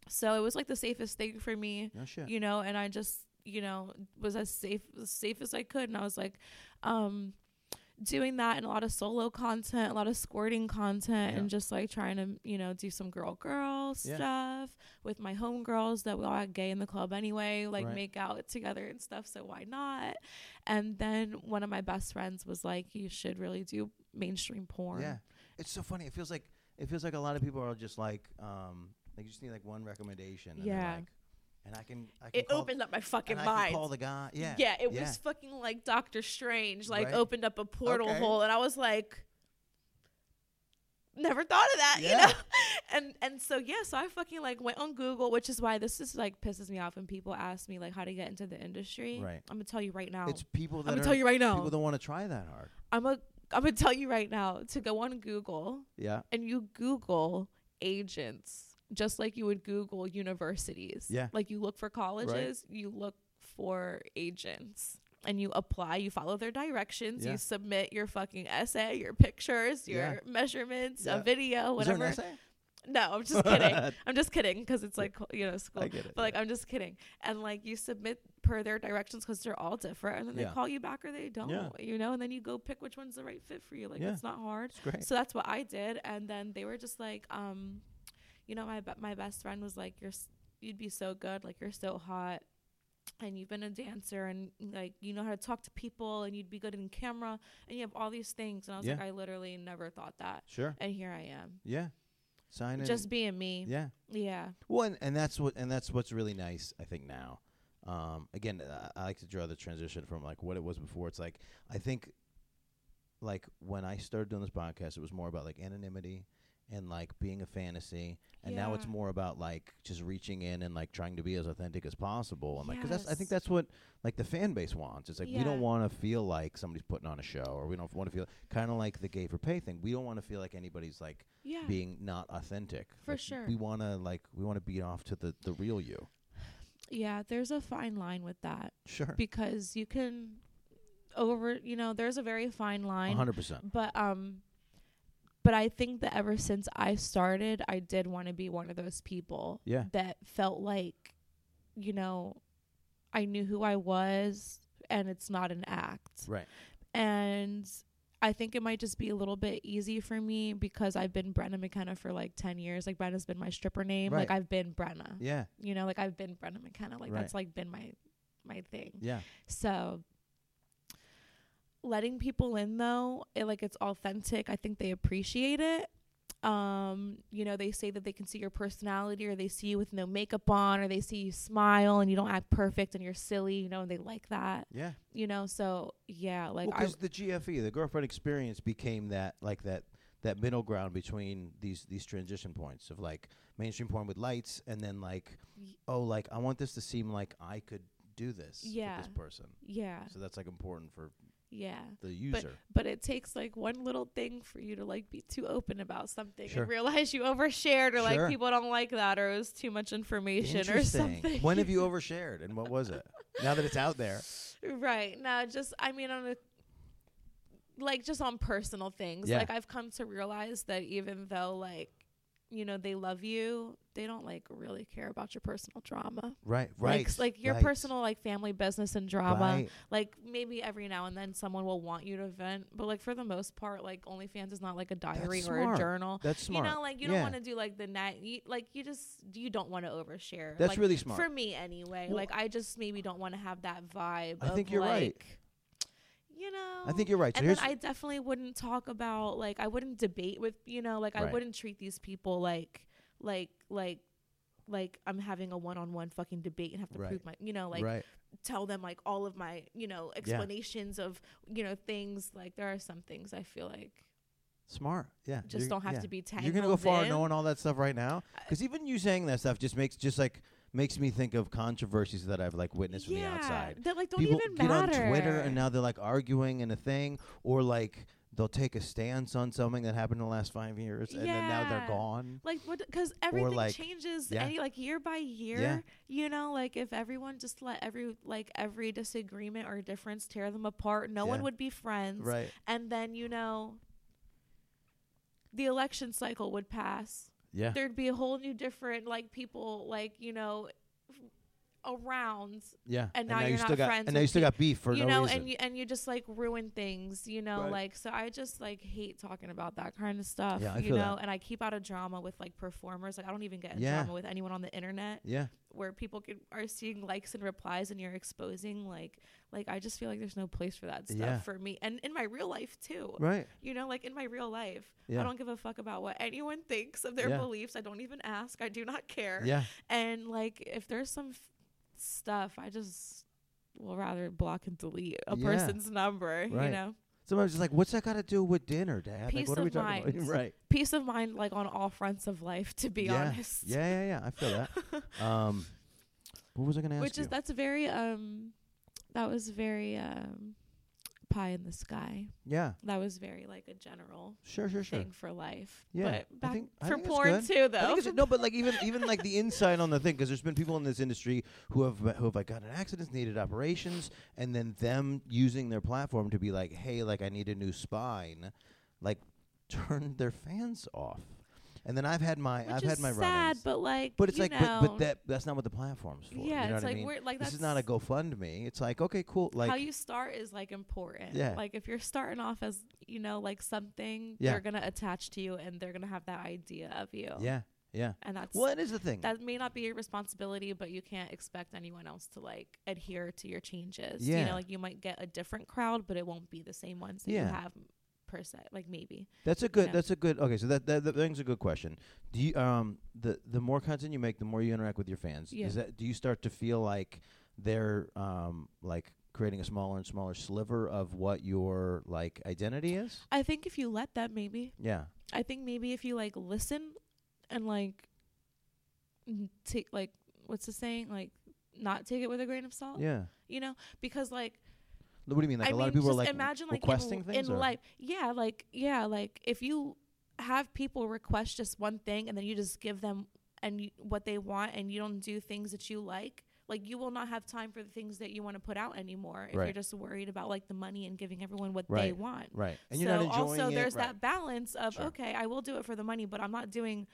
B: So it was like the safest thing for me,
A: No shit.
B: you know, and I just you know was as safe as safe as I could, and I was like, um, doing that and a lot of solo content, a lot of squirting content,
A: Yeah.
B: and just like trying to you know do some girl girl
A: Yeah.
B: stuff with my homegirls that we all had gay in the club anyway, like
A: Right.
B: make out together and stuff. So why not? And then one of my best friends was like, "You should really do mainstream porn."
A: Yeah, it's so funny. It feels like it feels like a lot of people are just like, um, like you just need like one recommendation. And they're
B: Yeah.
A: Like, and I can, I can
B: It
A: call,
B: opened up my
A: and
B: fucking
A: I
B: mind.
A: can call the guy. Yeah.
B: it was fucking like Doctor Strange, like
A: Right.
B: opened up a portal
A: Okay.
B: hole, and I was like, never thought of that, you
A: Yeah.
B: know? And and so yeah, so I fucking like went on Google, which is why this is like pisses me off when people ask me like how to get into the industry.
A: Right.
B: I'm gonna tell you right now.
A: It's people
B: I'm
A: that
B: gonna
A: are,
B: tell you right
A: people
B: now.
A: don't want to try that hard.
B: I'm a I'm gonna tell you right now to go on Google
A: Yeah.
B: and you Google agents just like you would Google universities.
A: Yeah.
B: Like you look for colleges, you look for agents and you apply, you follow their directions,
A: Yeah.
B: you submit your fucking essay, your pictures, your
A: Yeah.
B: measurements,
A: Yeah.
B: a video,
A: Is there an
B: whatever.
A: essay?
B: No, I'm just kidding. I'm just kidding because it's like, you know, school.
A: I get it.
B: But like, I'm just kidding. And like, you submit per their directions because they're all different, and then
A: Yeah.
B: they call you back or they don't.
A: Yeah.
B: You know, and then you go pick which one's the right fit for you. Like,
A: Yeah.
B: it's not hard.
A: it's great.
B: So that's what I did, and then they were just like, um, you know, my be- my best friend was like, you're s- you'd be so good, like you're so hot, and you've been a dancer, and like you know how to talk to people, and you'd be good in camera, and you have all these things. And I was
A: Yeah.
B: like, I literally never thought that,
A: Sure.
B: and here I am,
A: Yeah. Sign in.
B: just being me.
A: yeah.
B: Yeah.
A: Well, and, and that's what and that's what's really nice, I think now. Um, again, I, I like to draw the transition from like what it was before. It's like I think, like when I started doing this podcast, it was more about like anonymity and like being a fantasy, and now it's
B: Yeah.
A: more about like just reaching in and like trying to be as authentic as possible. And like, 'cause that's I think
B: Yes.
A: that's what like the fan base wants. It's like we don't
B: Yeah.
A: want to feel like somebody's putting on a show, or we don't want to feel kind of like the gay for pay thing. We don't want to feel like anybody's like
B: Yeah.
A: being not authentic.
B: For
A: Like,
B: sure.
A: We want to like we want to beat off to the the real you.
B: yeah, there's a fine line with that
A: Sure.
B: because you can over, you know, there's a very fine line.
A: 100%.
B: But um but I think that ever since I started, I did want to be one of those people
A: Yeah.
B: that felt like you know, I knew who I was and it's not an act.
A: Right.
B: And I think it might just be a little bit easy for me because I've been Brenna McKenna for like 10 years. Like Brenna's been my stripper name. Like
A: Right.
B: I've been Brenna.
A: Yeah.
B: you know like i've been brenna mckenna like
A: Right.
B: that's like been my my thing
A: Yeah.
B: so letting people in though it like it's authentic i think they appreciate it um you know they say that they can see your personality or they see you with no makeup on or they see you smile and you don't act perfect and you're silly you know and they like that
A: Yeah.
B: you know so yeah like
A: Well,
B: I,
A: 'cause the GFE, the girlfriend experience became that like that that middle ground between these these transition points of like mainstream porn with lights and then like
B: Y-
A: oh like I want this to seem like I could do this
B: Yeah.
A: with this person.
B: yeah
A: So that's like important for
B: yeah
A: the user.
B: but it takes like one little thing for you to like be too open about something
A: Sure.
B: and realize you overshared or like
A: Sure.
B: people don't like that or it was too much information or something.
A: When have you overshared and what was it? now that it's out there.
B: right. No, just I mean on a like just on personal things.
A: Yeah.
B: Like I've come to realize that even though like you know they love you, they don't like really care about your personal drama.
A: Right.
B: Like-
A: Right.
B: Like, your
A: right,
B: personal like family business and drama.
A: Right.
B: Like maybe every now and then someone will want you to vent, but like for the most part, like OnlyFans is not like a diary or a
A: smart.
B: journal.
A: That's smart.
B: You know, like you
A: Yeah.
B: don't want to do like the night. You, like you just you don't want to overshare.
A: That's
B: like,
A: really smart.
B: for me anyway.
A: Well-
B: like I just maybe don't want to have that vibe.
A: I
B: of,
A: think you're
B: like,
A: right.
B: You know,
A: I think you're right. So
B: and
A: here's
B: then I definitely wouldn't talk about like I wouldn't debate with you know like
A: Right.
B: I wouldn't treat these people like like like like I'm having a one-on-one fucking debate and have to
A: Right.
B: prove my you know like
A: right.
B: tell them like all of my you know explanations of you know things like there are some things I feel like
A: Smart. Yeah.
B: just
A: You're-
B: don't have
A: yeah.
B: to be tangled.
A: You're gonna go far
B: in.
A: knowing all that stuff right now, because even you saying that stuff just makes just like makes me think of controversies that I've like witnessed from the outside.
B: That like don't
A: People
B: even
A: get
B: matter.
A: on Twitter and now they're like arguing in a thing, or like they'll take a stance on something that happened in the last five years, and then now they're
B: Yeah.
A: gone.
B: like what because everything
A: like,
B: changes
A: yeah.
B: any like year by year. You know, like if everyone just let every like every disagreement or difference tear them apart, no one
A: Yeah.
B: would be friends.
A: Right.
B: And then you know the election cycle would pass.
A: Yeah.
B: There'd be a whole new different like people like, you know, around
A: Yeah.
B: and now you're
A: you
B: not
A: still got
B: friends
A: and now
B: with
A: you still
B: peo-
A: got beef for
B: you
A: no
B: know,
A: reason.
B: and you and you just like ruin things, you know,
A: Right.
B: like so I just like hate talking about that kind of stuff,
A: Yeah, I
B: you
A: feel
B: know,
A: that.
B: and I keep out of drama with like performers. Like I don't even get in
A: Yeah.
B: drama with anyone on the internet
A: yeah.
B: where people could, are seeing likes and replies and you're exposing like like I just feel like there's no place for that stuff
A: Yeah.
B: for me and in my real life too.
A: Right.
B: You know, like in my real life,
A: Yeah.
B: I don't give a fuck about what anyone thinks of their
A: Yeah.
B: beliefs. I don't even ask. I do not care.
A: Yeah.
B: And like, if there's some f- stuff, I just will rather block and delete a
A: Yeah.
B: person's number,
A: Right.
B: you know?
A: Somebody's just like, "What's that got to do with dinner, Dad?
B: Peace
A: like, what are we
B: of
A: talking about?"
B: mind.
A: right?
B: Peace of mind, like on all fronts of life, to be
A: yeah.
B: honest.
A: Yeah, yeah, yeah. I feel that. um, what was I going to ask
B: Which
A: you?
B: is that's very um, that was very um, pie in the sky.
A: yeah,
B: That was very like a general
A: sure, sure, sure.
B: thing for life.
A: Yeah, I
B: but back
A: think- I
B: for
A: think it's
B: porn
A: good.
B: too,
A: I
B: though.
A: think it's, no, but like even even like the insight on the thing, because there's been people in this industry who have who have like gotten in accidents, needed operations, and then them using their platform to be like, hey, like I need a new spine, like turned their fans off, and then I've had my
B: Which
A: I've
B: is
A: had my
B: sad,
A: run-ins.
B: but like,
A: But it's
B: you
A: like,
B: know,
A: but, but that that's not what the platform's for.
B: yeah,
A: you know
B: it's
A: what
B: like
A: I mean?
B: we're like that's
A: this is not a GoFundMe. It's like okay, cool,
B: how
A: like
B: you start is like important.
A: Yeah.
B: Like if you're starting off as you know like something,
A: Yeah.
B: they're gonna attach to you and they're gonna have that idea of you.
A: yeah, yeah.
B: And that's
A: Well, it is the thing.
B: that may not be your responsibility, but you can't expect anyone else to like adhere to your changes. You
A: Yeah.
B: know, like you might get a different crowd, but it won't be the same ones that you
A: Yeah.
B: have per se. Like maybe.
A: That's a good.
B: know.
A: That's a good. Okay, so that that, that thing's a good question. Do you um the the more content you make, the more you interact with your fans.
B: Yeah.
A: Is that do you start to feel like they're um like creating a smaller and smaller sliver of what your like identity is?
B: I think if you let them, maybe.
A: Yeah.
B: I think maybe if you like listen and like n- take like what's the saying like not take it with a grain of salt.
A: Yeah.
B: You know, because like
A: What do you mean? Like
B: I
A: a
B: mean,
A: lot of people are
B: just
A: like
B: imagine like
A: requesting
B: in,
A: things.
B: in
A: or?
B: life. Yeah, like yeah, like if you have people request just one thing and then you just give them and you, what they want and you don't do things that you like, like you will not have time for the things that you want to put out anymore if
A: Right.
B: you're just worried about like the money and giving everyone what they
A: Right.
B: want.
A: Right. And
B: so
A: you're not enjoying
B: also
A: it.
B: there's
A: right.
B: that balance of
A: Sure.
B: okay, I will do it for the money, but I'm not doing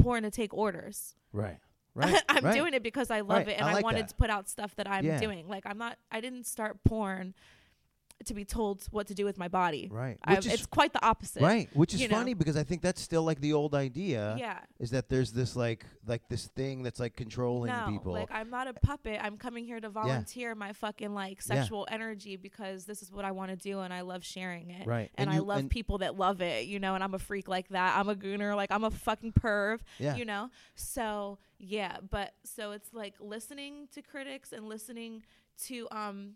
B: porn to take orders.
A: Right. Right.
B: I'm
A: right.
B: doing it because I love
A: Right.
B: it and
A: I
B: I,
A: like
B: wanted
A: that.
B: to put out stuff that I'm
A: Yeah.
B: doing. Like I'm not I didn't start porn to be told what to do with my body.
A: Right.
B: I,
A: Which is
B: it's quite the opposite.
A: right. Which is
B: you know.
A: funny because I think that's still like the old idea.
B: Yeah.
A: Is that there's this like like this thing that's like controlling
B: No,
A: people.
B: like I'm not a puppet. I'm coming here to volunteer my fucking like
A: Yeah.
B: sexual energy because this is what I want to do and I love sharing it.
A: Right.
B: And,
A: And
B: I
A: you-
B: love
A: and-
B: people that love it, you know, and I'm a freak like that. I'm a gooner, like I'm a fucking perv.
A: yeah.
B: you know so yeah but so it's like listening to critics and listening to um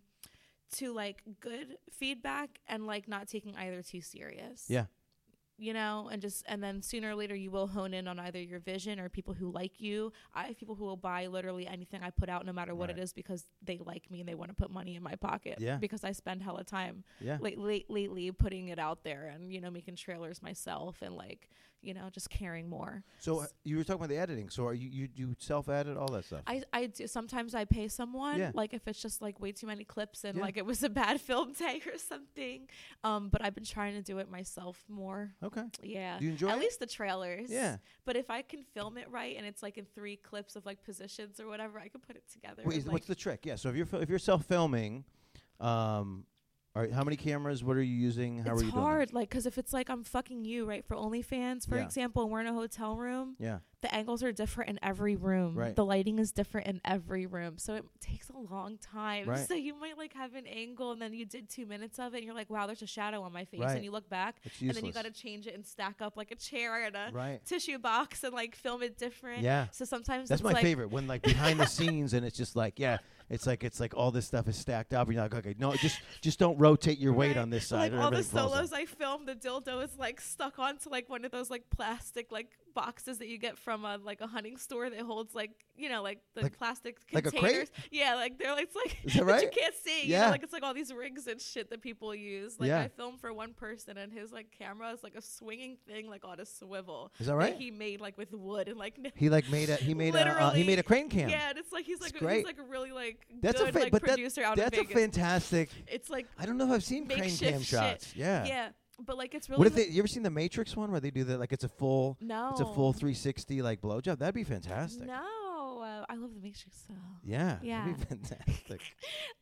B: to like good feedback and like not taking either too serious
A: Yeah.
B: you know and just and then sooner or later you will hone in on either your vision or people who like you i have people who will buy literally anything i put out no matter what
A: Right.
B: it is because they like me and they want to put money in my pocket
A: Yeah.
B: because i spend hella time
A: yeah.
B: like late lately putting it out there and you know making trailers myself and like you know just caring more
A: So uh, you were talking about the editing. So are you you, you self edit all that stuff?
B: I, I do sometimes I pay someone
A: Yeah.
B: like if it's just like way too many clips and
A: Yeah.
B: like it was a bad film day or something. Um, but I've been trying to do it myself more.
A: okay.
B: Yeah,
A: Do you enjoy
B: uh, at
A: it?
B: least the trailers.
A: Yeah.
B: but if I can film it right and it's like in three clips of like positions or whatever, I can put it together.
A: Wait,
B: and,
A: is,
B: like,
A: what's the trick? Yeah. So if you're fil- if you're self filming, um, all right, how many cameras? What are you using? How
B: it's
A: are you
B: hard, like, because if it's like I'm fucking you, right? For OnlyFans, for
A: Yeah.
B: example, and we're in a hotel room,
A: doing that?
B: the angles are different in every room.
A: Right.
B: The lighting is different in every room. So it takes a long time.
A: Right.
B: So you might like have an angle and then you did two minutes of it and you're like, wow, there's a shadow on my face.
A: Right.
B: And you look back
A: Yeah. It's useless.
B: and then you got to change it and stack up like a chair and a
A: right.
B: tissue box and like film it different.
A: Yeah.
B: So sometimes
A: That's
B: it's
A: my
B: like,
A: favorite when like behind the scenes and it's just like yeah, it's like it's like all this stuff is stacked up and you're like okay no just just don't rotate your weight
B: Right.
A: on this side
B: Like
A: or
B: all the
A: everything falls
B: solos
A: off.
B: I filmed, the dildo is like stuck onto like one of those like plastic like boxes that you get from a like a hunting store that holds like you know like the
A: Like-
B: plastic
A: like a crate?
B: containers. yeah, like they're like it's like
A: Is that
B: you
A: right?
B: can't see. You
A: Yeah.
B: know, like it's like all these rigs and shit that people use. Like
A: Yeah.
B: I filmed for one person and his like camera is like a swinging thing like on a swivel.
A: Is that right?
B: That he made like with wood and like
A: He like made a he made a uh, he
B: Literally,
A: made a crane cam.
B: yeah, and it's like he's
A: It's
B: like
A: great.
B: he's like a really like
A: That's
B: good
A: a fa-
B: like
A: but that-
B: producer out
A: That's
B: of Vegas.
A: a fantastic.
B: it's like
A: I don't know if I've seen crane
B: Makeshift
A: cam
B: shit.
A: shots.
B: yeah. but like it's really
A: what if
B: like- Oh.
A: they? You ever seen the Matrix one where they do that? Like it's a full,
B: no
A: it's a full 360 like blowjob. That'd be fantastic.
B: No, uh, I love the Matrix though.
A: Yeah. That'd be
B: Yeah.
A: fantastic.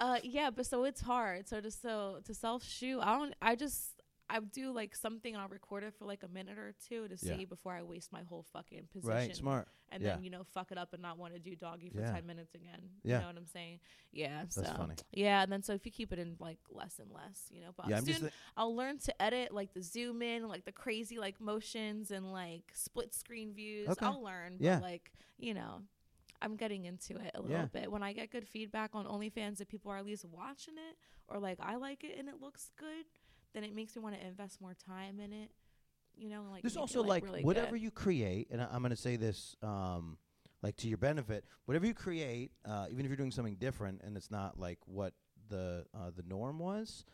B: Uh, yeah, but so it's hard. So to so to self shoot, I don't. I just I do like something and I'll record it for like a minute or two to
A: Yeah.
B: see before I waste my whole fucking position.
A: right. Smart.
B: And
A: yeah.
B: then you know fuck it up and not want to do doggy for
A: Yeah.
B: ten minutes again.
A: Yeah.
B: You know what I'm saying? Yeah. so
A: funny.
B: yeah, and then so if you keep it in like less and less, you know. But
A: Yeah. I'm
B: soon
A: just. thi-
B: I'll learn to edit like the zoom in, like the crazy like motions and like split screen views.
A: Okay.
B: I'll learn, but
A: Yeah.
B: like, you know, I'm getting into it a little
A: Yeah.
B: bit. When I get good feedback on OnlyFans that people are at least watching it or like I like it and it looks good, then it makes me want to invest more time in it. You know, and, like
A: There's
B: make it,
A: also like,
B: really
A: whatever
B: good.
A: you create, and I, I'm going to say this, um, like to your benefit, whatever you create, uh, even if you're doing something different and it's not like what the uh, the norm was.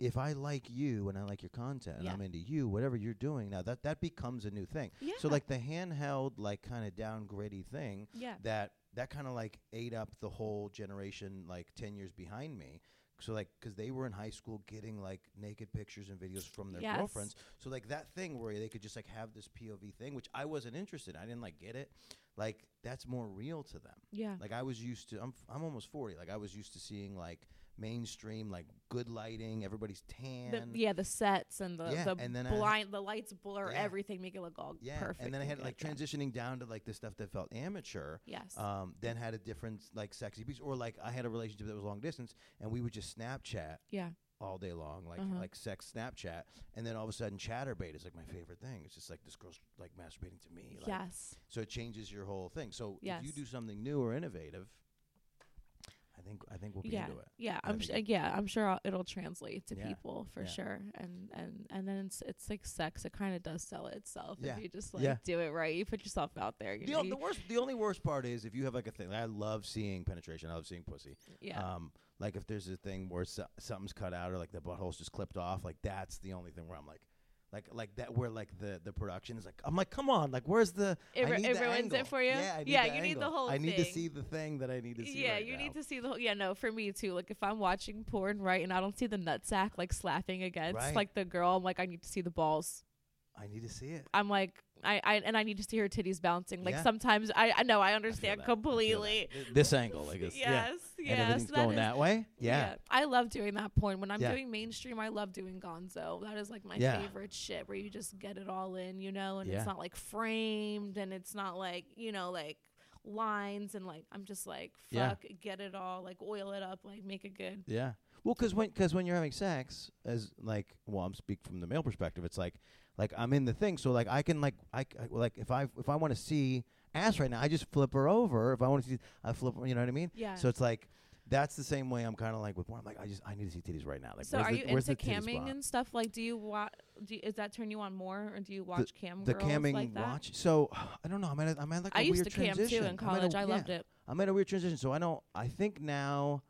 A: If I like you and I like your content and
B: Yeah.
A: I'm into you, whatever you're doing now, that that becomes a new thing.
B: yeah.
A: So like the handheld, like kind of down gritty thing
B: yeah.
A: that that kind of like ate up the whole generation like ten years behind me. So like, because they were in high school getting like naked pictures and videos from their
B: Yes.
A: girlfriends. So like that thing where they could just like have this POV thing, which I wasn't interested. in. I didn't like get it. Like that's more real to them.
B: Yeah.
A: Like I was used to. I'm f- I'm almost forty. Like I was used to seeing like mainstream, like good lighting, everybody's tan.
B: The, yeah, the sets and the,
A: Yeah,
B: the
A: and then I had-
B: blind, the lights blur
A: Yeah.
B: everything, make it look all
A: Yeah,
B: perfect.
A: and then I had
B: good,
A: like
B: yeah.
A: transitioning down to like the stuff that felt amateur.
B: Yes.
A: Um, then had a different like sexy piece, or like I had a relationship that was long distance, and we would just Snapchat
B: yeah.
A: all day long, like
B: Uh-huh.
A: like sex Snapchat, and then all of a sudden ChatterBait is like my favorite thing. It's just like this girl's like masturbating to me. Like,
B: yes.
A: So it changes your whole thing. So if you
B: Yes.
A: do something new or innovative, I think I think we'll be
B: yeah.
A: into it.
B: Yeah.
A: I
B: I'm
A: think
B: sure. yeah. I'm sure I'll, it'll translate to
A: Yeah.
B: people for
A: Yeah.
B: sure. And and and then it's it's like sex. It kind of does sell itself
A: Yeah.
B: if you just like
A: Yeah.
B: do it right. You put yourself out there. You
A: The,
B: know,
A: o- the
B: you-
A: worst, the only worst part is if you have like a thing. I love seeing penetration. I love seeing pussy.
B: yeah.
A: Um, like if there's a thing where so- something's cut out or like the butthole's just clipped off, like that's the only thing where I'm like, like like that where like the the production is like I'm like come on like where's the
B: It
A: I
B: ru-
A: need
B: it
A: the
B: ruins it
A: angle.
B: for you?
A: yeah I need
B: Yeah,
A: the
B: you need the
A: angle.
B: whole
A: I need to
B: thing.
A: see the thing that I need to see
B: yeah,
A: right
B: you
A: now.
B: need to see the whole. Yeah, no, for me too. Like if I'm watching porn, right, and I don't see the nutsack like slapping against
A: Right.
B: like the girl, I'm like, I need to see the balls.
A: I need to see it
B: I'm like, I, I and I need to see her titties bouncing. Like
A: Yeah.
B: sometimes I, I know I
A: I feel
B: understand
A: that. I feel that.
B: completely.
A: Th- this angle like this yeah and
B: Yes, yes,
A: everything's going
B: is-
A: that way yeah
B: I love doing that porn. When I'm
A: Yeah.
B: doing mainstream, I love doing gonzo. That is like my
A: Yeah.
B: favorite shit where you just get it all in, you know, and
A: Yeah.
B: it's not like framed and it's not like, you know, like lines and like I'm just like
A: Yeah.
B: fuck, get it all, like oil it up, like make it good.
A: yeah well because when because when you're having sex as like well I'm speak from the male perspective it's like like I'm in the thing so like I can like I, c- I- like if I if I want to see ass right now I just flip her over if I want to see I flip you know what I mean
B: Yeah.
A: So it's like that's the same way I'm kind of like with porn. I'm like I just I need to see titties right now. Like,
B: So
A: where's
B: are
A: the,
B: you
A: where's
B: into
A: the titty
B: camming
A: spot?
B: and stuff? Like, do you watch? Do you, is that turn you on more, or do you watch cam
A: the
B: girls
A: camming
B: like that?
A: watch? So I don't know. I'm at a, I'm at like a
B: I
A: weird
B: used to cam
A: transition.
B: too in
A: I'm at a-
B: college. I loved
A: yeah.
B: it.
A: I'm at a weird transition. So I don't. I think now,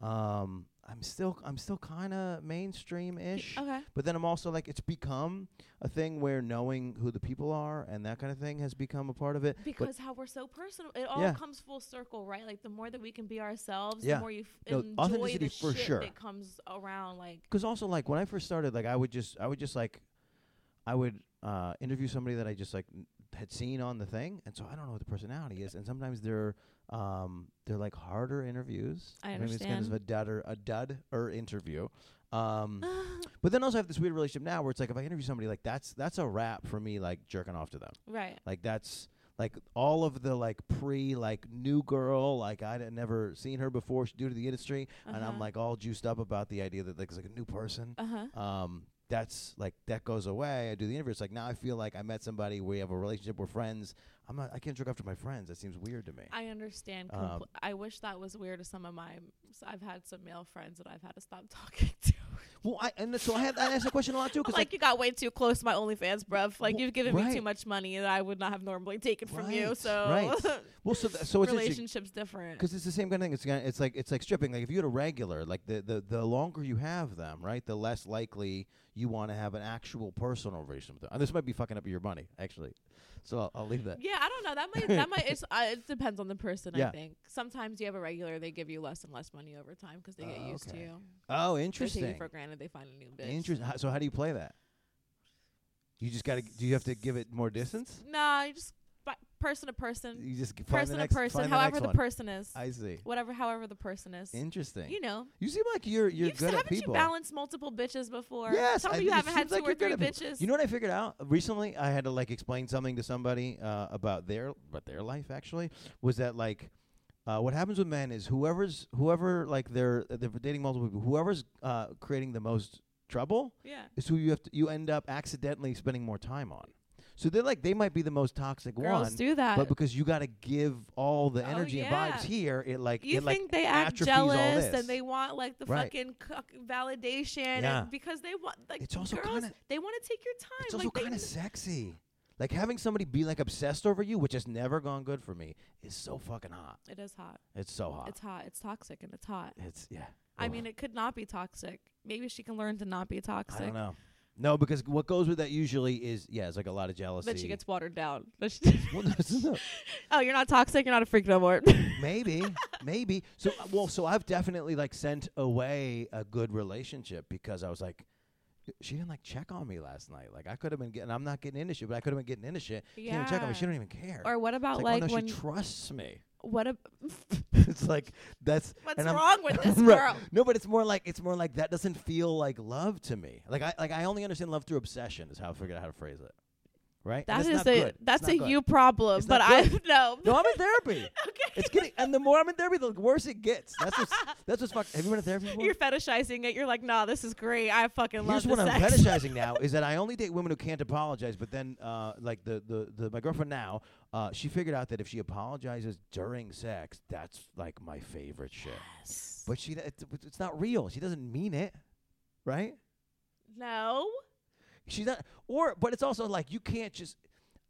A: um, I'm still I'm still kind of mainstream ish.
B: Okay.
A: But then I'm also like it's become a thing where knowing who the people are and that kind of thing has become a part of it. But
B: Because how we're so personal, it all
A: Yeah.
B: comes full circle, right? Like the more that we can be ourselves,
A: Yeah.
B: the more you f-
A: No,
B: enjoy
A: authenticity
B: the
A: for
B: shit
A: sure.
B: that comes around. Like,
A: Because also, like when I first started, like I would just, I would just like, I would uh, interview somebody that I just like n- had seen on the thing, and so I don't know what the personality is, and sometimes they're, um, they're like harder interviews.
B: I
A: Maybe it's kind of
B: understand.
A: a dud or a dud or interview. Um, but then also I have this weird relationship now where it's like if I interview somebody, like that's that's a wrap for me, like jerking off to them.
B: right?
A: Like that's like all of the like pre like new girl like I'd never seen her before due to the industry, and I'm
B: Uh-huh.
A: like all juiced up about the idea that like it's like a new person.
B: Uh huh.
A: Um, that's like that goes away. I do the interview. It's like now I feel like I met somebody. We have a relationship. We're friends. I'm not. I can't jerk off to my friends. That seems weird to me.
B: I understand.
A: Um,
B: compl- I wish that was weird to some of my. So I've had some male friends that I've had to stop talking to.
A: well, I and so I had I asked the question a lot too
B: I'm
A: because
B: like, you got way too close to my OnlyFans, bruv. Like
A: Well,
B: you've given me
A: right.
B: too much money that I would not have normally taken from you.
A: Right,
B: So
A: right. well, so th- so it's interesting
B: relationships different.
A: because it's the same kind of thing. It's kinda, it's like it's like stripping. Like if you had a regular, like the the the longer you have them, right, the less likely you want to have an actual personal relationship. with them. And this might be fucking up your money actually. So I'll, I'll leave that.
B: Yeah, I don't know. That might that might it's, uh, it depends on the person.
A: Yeah.
B: I think sometimes you have a regular, they give you less and less money over time because they get
A: Oh,
B: used
A: okay.
B: to you.
A: Oh,
B: They take you
A: interesting.
B: for granted. They find a new bitch.
A: Interesting. How- So how do you play that? You just gotta. Do you have to give it more distance?
B: Nah, you just bi- person to person,
A: You just g- find
B: Mm-hmm. person
A: the next,
B: to person,
A: find
B: however
A: the,
B: the,
A: next one.
B: person is,
A: I see.
B: whatever, however the person is.
A: Interesting.
B: You know,
A: You seem like you're you're
B: You've-
A: good at
B: haven't
A: people.
B: you balanced multiple bitches before?
A: Yes,
B: tell
A: I
B: me
A: did.
B: you
A: It
B: haven't had
A: seems like
B: two or
A: you're good
B: three
A: at people.
B: bitches.
A: you know what I figured out recently? I had to like explain something to somebody uh, about their about their life. Actually, was that like. Uh, what happens with men is whoever's whoever like they're they're dating multiple people. Whoever's uh, creating the most trouble
B: yeah,
A: is who you have to you end up accidentally spending more time on. So they're like they might be the most toxic
B: Girls
A: one,
B: do that.
A: but because you got to give all the
B: Oh,
A: energy and
B: yeah.
A: vibes here, it like
B: you
A: it like
B: think they act
A: atrophies all
B: jealous
A: this.
B: and they want like the
A: Right.
B: fucking c- validation
A: Yeah.
B: and because they want like
A: It's also
B: girls
A: kinda-
B: they want to take your time.
A: It's
B: like,
A: also
B: they
A: kind of
B: kn-
A: sexy. Like having somebody be like obsessed over you, which has never gone good for me, is so fucking hot.
B: it is hot.
A: It's so hot.
B: It's hot. It's toxic and it's hot.
A: It's yeah.
B: I
A: uh, Ugh.
B: mean, it could not be toxic. Maybe she can learn to not be
A: I
B: toxic.
A: don't know. No, because what goes with that usually is yeah, it's like a lot of jealousy.
B: But she gets watered down. But she-
A: Well, no, it's not-
B: oh, you're not toxic. You're not a freak no more.
A: maybe, maybe. So uh, well, so I've definitely like sent away a good relationship because I was like, she didn't like check on me last night. Like I could have been getting, I'm not getting into shit, but I could have been getting into shit. She didn't even check on me. She
B: Yeah.
A: don't even care.
B: or what
A: it's
B: about
A: like,
B: like,
A: oh, no,
B: when?
A: she trusts me.
B: what? A,
A: it's like that's
B: what's
A: and I'm-
B: wrong with this
A: Right.
B: girl?
A: No, but it's more like it's more like that doesn't feel like love to me. Like I like I only understand love through obsession is how I figured out how to phrase it. Right? And
B: That
A: it's
B: is
A: not
B: a
A: good. It's
B: that's
A: not
B: a
A: good.
B: you problem.
A: It's
B: but
A: not
B: I
A: good.
B: no.
A: No, I'm in therapy.
B: okay.
A: It's getting and the more I'm in therapy, the worse it gets. That's what's that's what's fucked. Have you been to therapy before?
B: You're fetishizing it. You're like, nah, this is great. I fucking love
A: Here's
B: this
A: what I'm
B: sex.
A: fetishizing now is that I only date women who can't apologize, but then uh, like the, the, the my girlfriend now, uh, she figured out that if she apologizes during sex, that's like my favorite shit. But she it's, it's not real. She doesn't mean it, right?
B: no.
A: She's not, or but it's also like you can't just.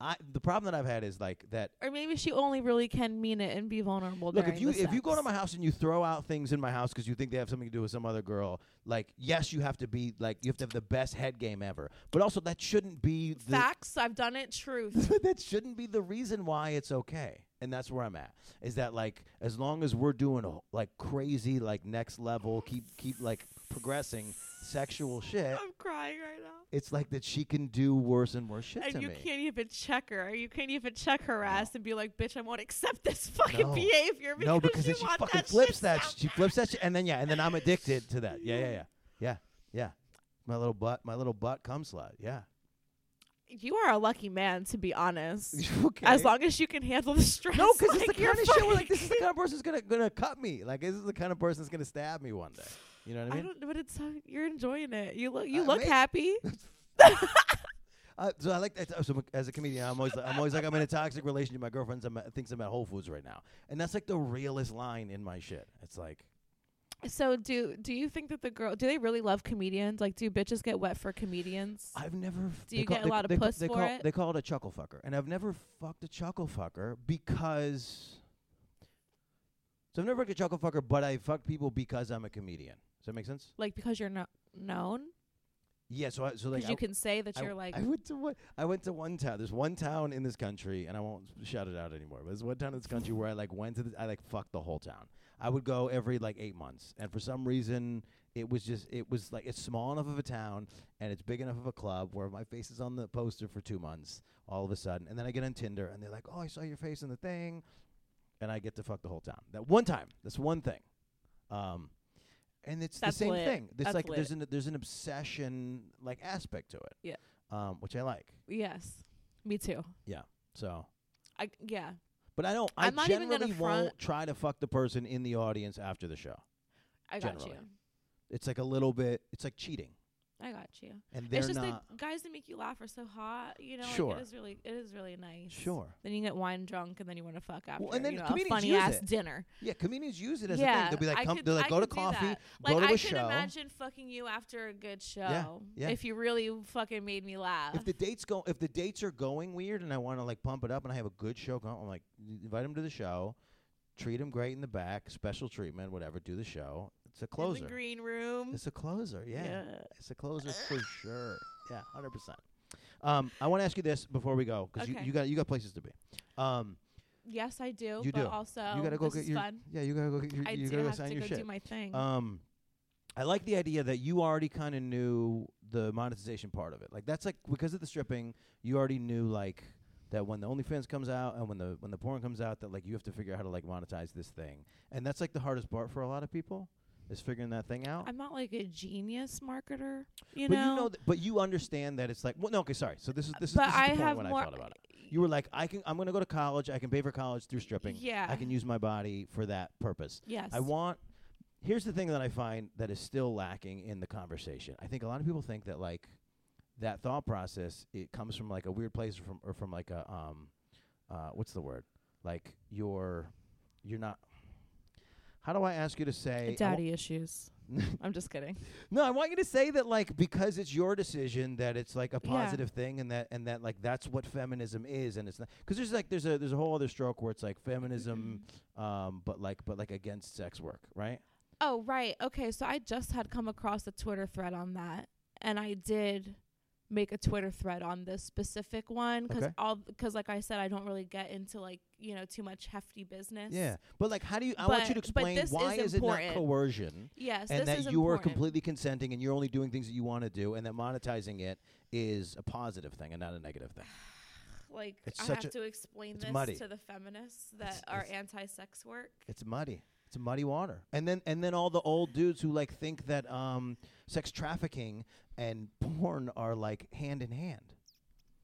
A: I the problem that I've had is like that.
B: Or maybe she only really can mean it and be vulnerable.
A: Look, if
B: during
A: you
B: the
A: if you go to
B: sex.
A: my house and you throw out things in my house because you think they have something to do with some other girl, like yes, you have to be like you have to have the best head game ever, but also that shouldn't be the
B: facts, I've done it. Truth.
A: that shouldn't be the reason why it's okay. And that's where I'm at. Is that like as long as we're doing a- like crazy like next level, keep keep like progressing sexual shit,
B: I'm crying right now.
A: it's like that she can do worse and worse shit to
B: And you
A: me.
B: can't even check her. You can't even check her ass and be like, bitch, I won't accept this fucking
A: No.
B: behavior. Because
A: No, because
B: you
A: then she
B: want
A: fucking
B: that
A: flips
B: shit
A: that.
B: so
A: sh- She flips that shit, and then yeah, and then I'm addicted to that. Yeah, yeah, yeah, yeah, yeah. My little butt, my little butt cum slut. Yeah.
B: You are a lucky man, to be honest.
A: okay.
B: As long as you can handle the stress.
A: no, because
B: like,
A: it's the
B: you're
A: kind of shit where like
B: fine.
A: this is the kind of person's gonna gonna cut me. Like this is the kind of person's gonna stab me one day. You know what I
B: I,
A: mean?
B: don't know, but it's uh, you're enjoying it. You look you
A: I
B: look
A: may-
B: happy.
A: Uh, so I like that. So as a comedian, I'm always I'm always like I'm in a toxic relationship. My girlfriend thinks I'm at Whole Foods right now, and that's like the realest line in my shit. It's like
B: So do do you think that the girl do they really love comedians? Like do bitches get wet for comedians?
A: I've never. f-
B: Do
A: they
B: you
A: call-
B: get a
A: they ca-
B: lot of
A: they ca-
B: puss
A: they
B: for
A: call,
B: it?
A: They call it a chuckle fucker, and I've never fucked a chuckle fucker because. So I've never fucked a chuckle fucker, but I fucked people because I'm a comedian. Does that make sense?
B: Like because you're not known?
A: Yeah. So I, so like
B: Because
A: I,
B: you can say that
A: I-
B: you're like
A: I went to one. I went to one town. There's one town in this country, and I won't shout it out anymore. But there's one town in this country where I like went to. The, I like fucked the whole town. I would go every like eight months, and for some reason, it was just it was like it's small enough of a town and it's big enough of a club where my face is on the poster for two months. All of a sudden, and then I get on Tinder, and they're like, "Oh, I saw your face in the thing," and I get to fuck the whole town. That one time. That's one thing. Um. And it's
B: That's
A: the same
B: lit.
A: thing. It's
B: That's
A: like there's
B: lit.
A: an there's an obsession like aspect to it um, which I like.
B: Yes. Me too.
A: So,
B: I yeah.
A: but I don't. I
B: I'm not even
A: generally
B: gonna front-
A: won't try to fuck the person in the audience after the show.
B: I got
A: Generally.
B: you.
A: It's like a little bit. It's like cheating,
B: I got you.
A: and they're
B: it's just
A: not
B: the guys that make you laugh are so hot, you know,
A: Sure.
B: like it is really it is really nice.
A: sure.
B: Then you get wine drunk and then you want to fuck after
A: Well, and then
B: you know, a
A: comedians
B: funny
A: use
B: ass
A: it.
B: dinner.
A: Yeah, comedians use it as
B: yeah,
A: a thing. They'll be
B: I
A: like, come,
B: could,
A: they'll
B: I
A: like, go to
B: could do
A: coffee,
B: that. Like,
A: go to
B: I
A: a
B: could
A: show.
B: imagine fucking you after a good show.
A: yeah.
B: If you really fucking made me laugh.
A: If the dates go, if the dates are going weird, and I want to like pump it up, and I have a good show going, I'm like, invite them to the show, treat them great in the back, special treatment, whatever. Do the show. It's a
B: In the
A: closer.
B: green room.
A: It's a closer. yeah.
B: Yeah.
A: It's a closer for sure. Yeah, hundred percent. Um, I want to ask you this before we go because
B: Okay.
A: you, you got you got places to be. Um,
B: Yes, I do.
A: You
B: but
A: do.
B: also,
A: you gotta go
B: Oh, this
A: get
B: is
A: your
B: fun.
A: yeah. You gotta go get your,
B: I
A: you
B: do
A: gotta go
B: have
A: sign
B: to
A: your
B: go
A: shit.
B: do my thing.
A: um, I like the idea that you already kind of knew the monetization part of it. Like that's like because of the stripping, you already knew like that when the OnlyFans comes out and when the when the porn comes out that like you have to figure out how to like monetize this thing, and that's like the hardest part for a lot of people is figuring that thing out.
B: I'm not like a genius marketer, you
A: but
B: know.
A: you know, th- but you understand that it's like, well, no, okay, sorry. So this is this is,
B: but
A: this is
B: I
A: the point
B: have
A: when
B: more.
A: I thought about it. You were like, I can, I'm gonna go to college. I can pay for college through stripping.
B: yeah.
A: I can use my body for that purpose.
B: Yes.
A: I want. Here's the thing that I find that is still lacking in the conversation. I think a lot of people think that like that thought process it comes from like a weird place or from or from like a um uh what's the word like you're you're not how do I ask you to say I wa-
B: Daddy issues. I'm just kidding.
A: no, I want you to say that like because it's your decision that it's like a
B: Yeah.
A: positive thing and that and that like that's what feminism is and it's not because there's like there's a there's a whole other stroke where it's like feminism
B: Mm-hmm.
A: um but like but like against sex work, right?
B: Oh, right. Okay. So I just had come across a Twitter thread on that. And I did make a Twitter thread on this specific one 'cause
A: Okay.
B: all, because like I said, I don't really get into like, you know, too much hefty business.
A: Yeah. But like how do you I want you to
B: But- but
A: explain
B: this
A: why
B: is
A: is, it not
B: important.
A: coercion
B: Yes.
A: and
B: this
A: that
B: is
A: you are
B: important.
A: completely consenting and you're only doing things that you want to do and that monetizing it is a positive thing and not a negative thing.
B: like,
A: It's
B: I
A: such
B: have
A: a-
B: to explain
A: it's
B: this
A: muddy.
B: to the feminists that
A: It's-
B: are
A: it's-
B: anti sex work.
A: It's muddy. It's muddy water. And then and then all the old dudes who like think that um, sex trafficking and porn are like hand in hand.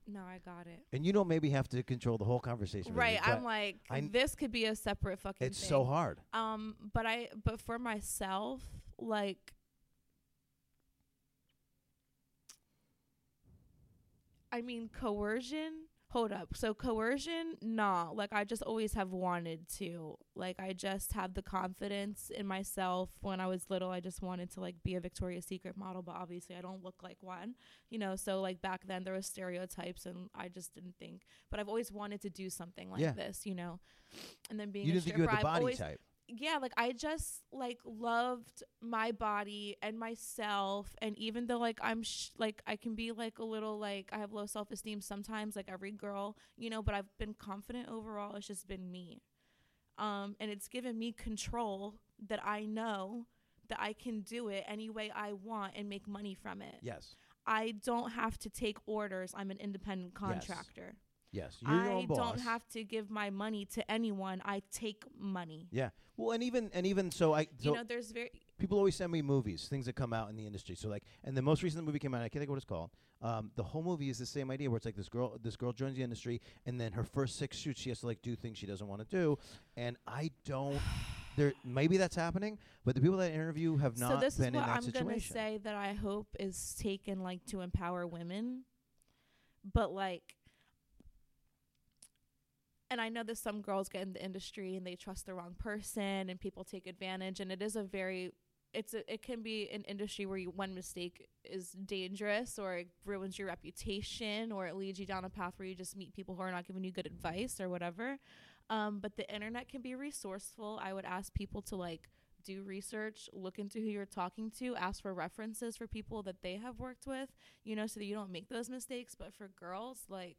B: No, I got it.
A: And you don't maybe have to control the whole conversation. with
B: Right.
A: it,
B: I'm
A: but
B: like,
A: I kn-
B: this could be a separate fucking
A: It's
B: thing.
A: so hard.
B: um but i but for myself like i mean coercion hold up so coercion nah like i just always have wanted to like i just have the confidence in myself when i was little i just wanted to like be a victoria's secret model but obviously i don't look like one you know so like back then there was stereotypes and i just didn't think but i've always wanted to do something like
A: Yeah.
B: this you know and then being
A: You
B: a
A: didn't think
B: stripper
A: you had the
B: i've
A: body
B: always
A: type.
B: yeah, like I just like loved my body and myself, and even though like I'm sh- like I can be like a little like I have low self esteem sometimes, like every girl, you know, but I've been confident overall. It's just been me, um, and it's given me control that I know that I can do it any way I want and make money from it.
A: Yes.
B: I don't have to take orders. I'm an independent contractor.
A: Yes. You're your
B: I
A: own boss.
B: don't have to give my money to anyone. I take money.
A: yeah. Well, and even and even so, I so
B: you know, there's very
A: people always send me movies, things that come out in the industry. So like, and the most recent movie came out. I can't think of what it's called. Um, the whole movie is the same idea where it's like this girl, this girl joins the industry, and then her first six shoots, she has to like do things she doesn't want to do. And I don't. There maybe that's happening, but the people that I interview have not
B: so this
A: been
B: is what
A: in that
B: I'm gonna
A: situation.
B: say that I hope is taken like to empower women, but like, and I know that some girls get in the industry and they trust the wrong person and people take advantage, and it is a very it's a, it can be an industry where you, one mistake is dangerous or it ruins your reputation or it leads you down a path where you just meet people who are not giving you good advice or whatever. Um, but the internet can be resourceful. I would ask people to like do research, look into who you're talking to, ask for references for people that they have worked with, you know, so that you don't make those mistakes. But for girls, like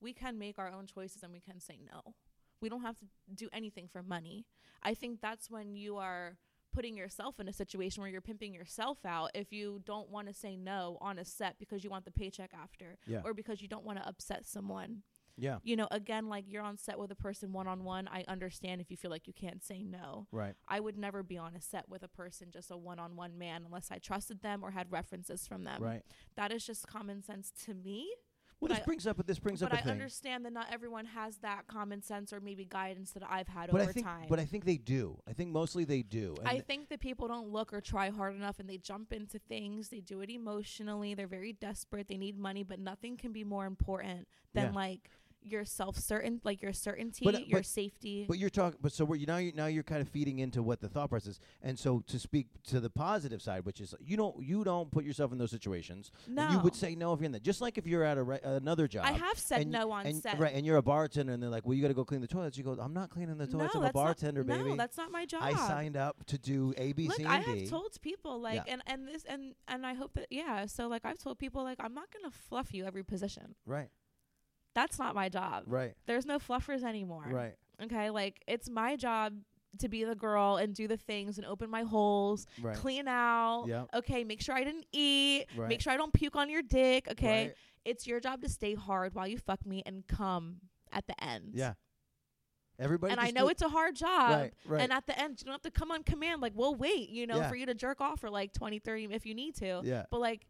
B: we can make our own choices and we can say no. We don't have to do anything for money. I think that's when you are putting yourself in a situation where you're pimping yourself out if you don't want to say no on a set because you want the paycheck after
A: Yeah.
B: or because you don't want to upset someone
A: yeah.
B: you know, again, like you're on set with a person one on one. I understand if you feel like you can't say no.
A: Right.
B: I would never be on a set with a person, just a one on one man, unless I trusted them or had references from them.
A: Right.
B: That is just common sense to me.
A: Well,
B: um, But
A: this
B: I-
A: brings up. This brings
B: But
A: up a
B: I
A: thing.
B: understand that not everyone has that common sense or maybe guidance that I've had
A: but
B: over
A: I think.
B: time.
A: But I think they do. I think mostly they do. And
B: I
A: th-
B: think that people don't look or try hard enough and they jump into things. They do it emotionally. They're very desperate. They need money, but nothing can be more important than
A: Yeah.
B: like your self certain, like your certainty,
A: But, uh,
B: your
A: but-
B: safety.
A: But you're talking. But so we're, you now you now you're kind of feeding into what the thought process. And so to speak to the positive side, which is you don't you don't put yourself in those situations. And you would
B: No.
A: say no if you're in that. Just like if you're at a re- another job.
B: I have said
A: and-
B: no on
A: and-
B: set.
A: Right, and you're a bartender, and they're like, "Well, you got to go clean the toilets." You go, "I'm not cleaning the toilets. I'm a
B: that's not-
A: bartender, baby.
B: No, that's not my job.
A: I signed up to do A, B,
B: Look,
A: C,
B: I
A: and D."
B: have told people like,
A: Yeah.
B: and and this and and I hope that yeah. So like, I've told people like, I'm not gonna fluff you every position.
A: right,
B: That's not my job.
A: right,
B: There's no fluffers anymore.
A: right.
B: Okay. Like it's my job to be the girl and do the things and open my holes,
A: Right.
B: clean out.
A: Yep.
B: Okay. Make sure I didn't eat.
A: Right.
B: Make sure I don't puke on your dick. Okay.
A: Right.
B: It's your job to stay hard while you fuck me and come at the end.
A: Yeah. Everybody.
B: And I
A: just
B: know
A: do-
B: it's a hard job.
A: Right. Right.
B: And at the end, you don't have to come on command. Like, we'll wait, you know,
A: Yeah.
B: for you to jerk off for like 20, 30 if you need to.
A: yeah.
B: But like,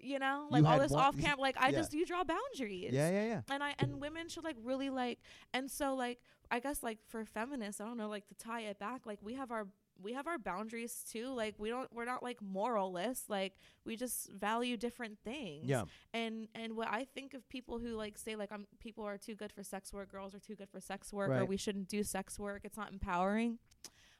B: you know, like all
A: had
B: this
A: one-
B: off camera, like I
A: Yeah.
B: just, you draw boundaries.
A: Yeah. Yeah. Yeah.
B: And I, and women should like really like, and so like, I guess like for feminists, I don't know, like to tie it back, like we have our we have our boundaries too. Like we don't we're not like moralists. Like we just value different things.
A: Yeah.
B: And and what I think of people who like say like I'm people are too good for sex work, girls are too good for sex work, or
A: Right.
B: we shouldn't do sex work. It's not empowering.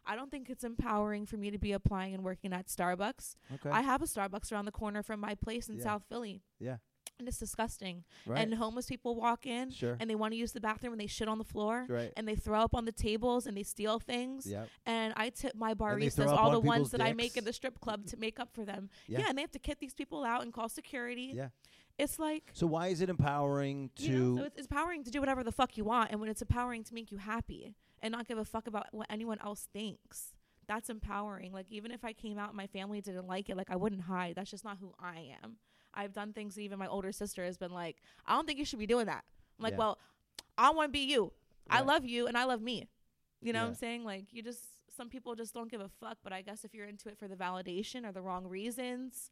B: I don't think it's empowering for me to be applying and working at Starbucks.
A: Okay.
B: I have a Starbucks around the corner from my place in
A: Yeah.
B: South Philly.
A: Yeah.
B: And it's disgusting.
A: right.
B: And homeless people walk in
A: sure.
B: and they want to use the bathroom and they shit on the floor
A: right.
B: and they throw up on the tables and they steal things.
A: Yep.
B: And I tip
A: they
B: my
A: throw
B: baristas
A: up
B: all
A: on
B: the ones
A: people's
B: that I make
A: dicks?
B: in the strip club to make up for them.
A: Yeah.
B: Yeah. and they have to kick these people out and call security.
A: Yeah.
B: It's like
A: So why is it empowering to?
B: you know, so it's it's empowering to do whatever the fuck you want and when it's empowering to make you happy and not give a fuck about what anyone else thinks. That's empowering. Like even if I came out and my family didn't like it, like I wouldn't hide. That's just not who I am. I've done things that even my older sister has been like, I don't think you should be doing that. I'm like,
A: Yeah.
B: well, I want to be you. I
A: Right.
B: love you and I love me. You know what I'm
A: Yeah.
B: saying? Like you just some people just don't give a fuck, but I guess if you're into it for the validation or the wrong reasons,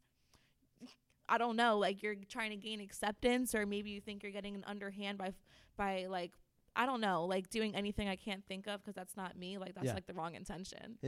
B: I don't know, like you're trying to gain acceptance or maybe you think you're getting an underhand by by like I don't know, like doing anything I can't think of because that's not me. Like that's
A: Yeah.
B: like the wrong intention.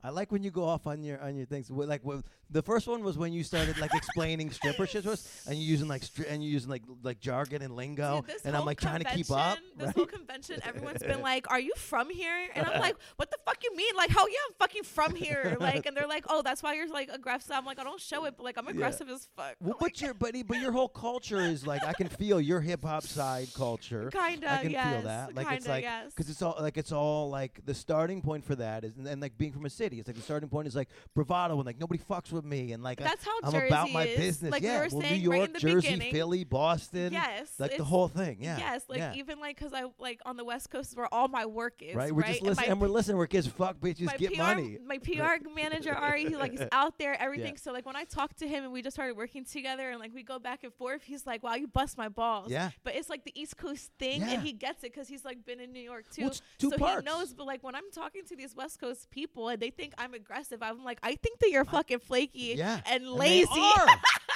A: I like when you go off on your on your things. Wh- Like wh- the first one was when you started like explaining stripper shit to us, and you using like stri- and you using like l- like jargon and lingo,
B: Dude, this
A: and I'm
B: whole
A: like trying to keep up.
B: convention- This
A: Right?
B: whole convention, everyone's been like, "Are you from here?" And I'm like, "What the fuck you mean? Like, hell yeah, I'm fucking from here!" Like, and they're like, "Oh, that's why you're like aggressive." I'm like, "I don't show it, but like I'm aggressive as fuck."
A: Well,
B: Like,
A: but your but e- but your whole culture is like I can feel your hip hop side culture.
B: kinda,
A: I can
B: yes,
A: feel that. Like
B: kinda,
A: it's like
B: yes.
A: because it's all like it's all like the starting point for that is and, and like being from a city. It's like the starting point is like bravado and like nobody fucks with me and like I-
B: That's how
A: I'm
B: Jersey
A: about my
B: is.
A: business.
B: Like we
A: yeah,
B: were
A: well, New
B: saying right in
A: York,
B: the
A: Jersey,
B: beginning.
A: Philly, Boston.
B: Yes,
A: like the
B: it's-
A: whole thing. Yeah.
B: Yes, like
A: yeah.
B: even like because I like on the West Coast is where all my work is.
A: right. We're just listening and,
B: my
A: we're listening. We're kids. Fuck bitches.
B: my
A: get
B: PR,
A: money.
B: My PR manager Ari, he like is out there, everything. So like when I talk to him and we just started working together and like we go back and forth, he's like, "Wow, you bust my balls."
A: Yeah.
B: But it's like the East Coast thing,
A: Yeah.
B: and he gets it because he's like been in New York too.
A: Well, it's two
B: so
A: parts.
B: he knows. But like when I'm talking to these West Coast people and they think I'm aggressive, I'm like, I think that you're fucking flaky
A: Yeah.
B: and
A: they
B: lazy.
A: are.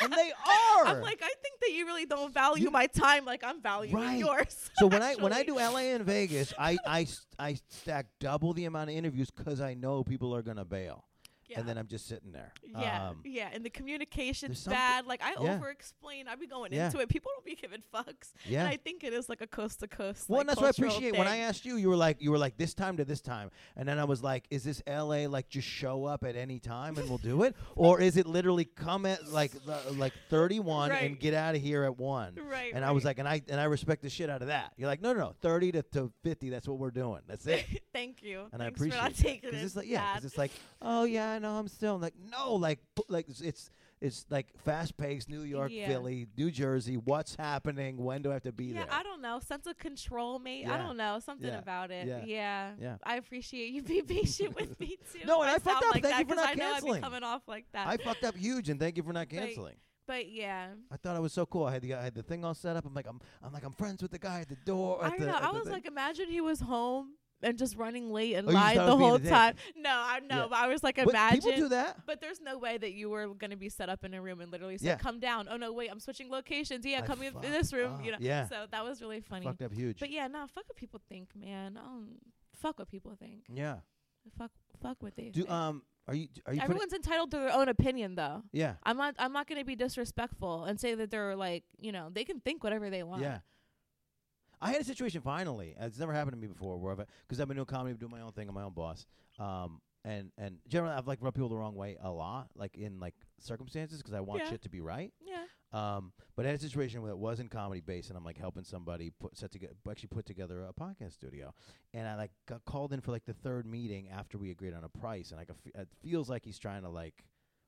A: And they are.
B: I'm like, I think that you really don't value
A: You-
B: my time like I'm valuing
A: Right.
B: yours.
A: So when I when I
B: actually.
A: do LA and Vegas, I I s- I stack double the amount of interviews because I know people are gonna bail,
B: Yeah.
A: and then I'm just sitting there.
B: Yeah,
A: Um,
B: yeah, and the
A: there's
B: communication's
A: something-
B: bad. Like I
A: yeah.
B: over explain. I be going
A: Yeah.
B: into it. People don't be giving fucks.
A: Yeah.
B: And I think it is like a coast to coast.
A: Well,
B: like,
A: and that's what I
B: cultural
A: appreciate. When I
B: thing.
A: asked you, you were like, you were like this time to this time, and then I was like, is this L.A. like just show up at any time and we'll do it, or is it literally come at like the- like thirty one and
B: Right.
A: get out of here at one?
B: Right,
A: And I was
B: right.
A: like, and I and I respect the shit out of that. You're like, no, no, no, thirty to, to fifty. That's what we're doing. That's it.
B: Thank you.
A: and I
B: Thanks
A: appreciate
B: for not
A: that,
B: taking
A: 'cause
B: it
A: it's like yeah, 'cause
B: bad.
A: it's like oh yeah, no, I'm still like no, like p- like it's- it's it's like fast paced New York,
B: Yeah.
A: Philly, New Jersey. What's happening? When do I have to be
B: yeah,
A: there?
B: I don't know. Sense of control, mate. I
A: Yeah.
B: don't know. Something
A: Yeah.
B: about it.
A: Yeah.
B: Yeah.
A: Yeah.
B: I appreciate you being patient with me too.
A: No, and I
B: if
A: fucked
B: sound
A: up.
B: Like
A: Thank
B: that,
A: you for
B: 'cause
A: not
B: I know I'd
A: canceling.
B: be coming off like that.
A: I fucked up huge, and thank you for not canceling.
B: but yeah.
A: I thought I was so cool. I had the I had the thing all set up. I'm like I'm I'm like I'm friends with the guy at the door. Oh,
B: I
A: at
B: don't
A: the-
B: know.
A: at
B: I
A: the
B: was
A: thing.
B: like, imagine he was home and just running late and
A: Oh, you just
B: lied
A: thought I
B: the
A: was being a
B: whole
A: dick.
B: time. No, I know,
A: Yeah.
B: but I was like,
A: But
B: imagine.
A: people do that.
B: But there's no way that you were going to be set up in a room and literally say,
A: Yeah.
B: "Come down." Oh no, wait, I'm switching locations. Yeah,
A: I
B: come in
A: fucked
B: this room. You know.
A: up. Yeah.
B: So that was really funny.
A: Fucked up huge.
B: But yeah, no, fuck what people think, man. Um, fuck what people think.
A: yeah.
B: Fuck, fuck what they.
A: Do
B: think.
A: um are you are you putting-
B: Everyone's entitled to their own opinion, though.
A: yeah
B: I'm not. I'm not going to be disrespectful and say that they're like, you know, they can think whatever they want.
A: Yeah. I had a situation finally. uh, It's never happened to me before, where I've because I've been doing comedy, doing my own thing, I'm my own boss. Um, and and generally, I've like rubbed people the wrong way a lot, like in like circumstances, because I want
B: Yeah.
A: shit to be right.
B: Yeah.
A: Um, but I had a situation where it wasn't comedy based, and I'm like helping somebody put set together, actually put together a podcast studio, and I like got called in for like the third meeting after we agreed on a price, and I could fe- it feels like he's trying to like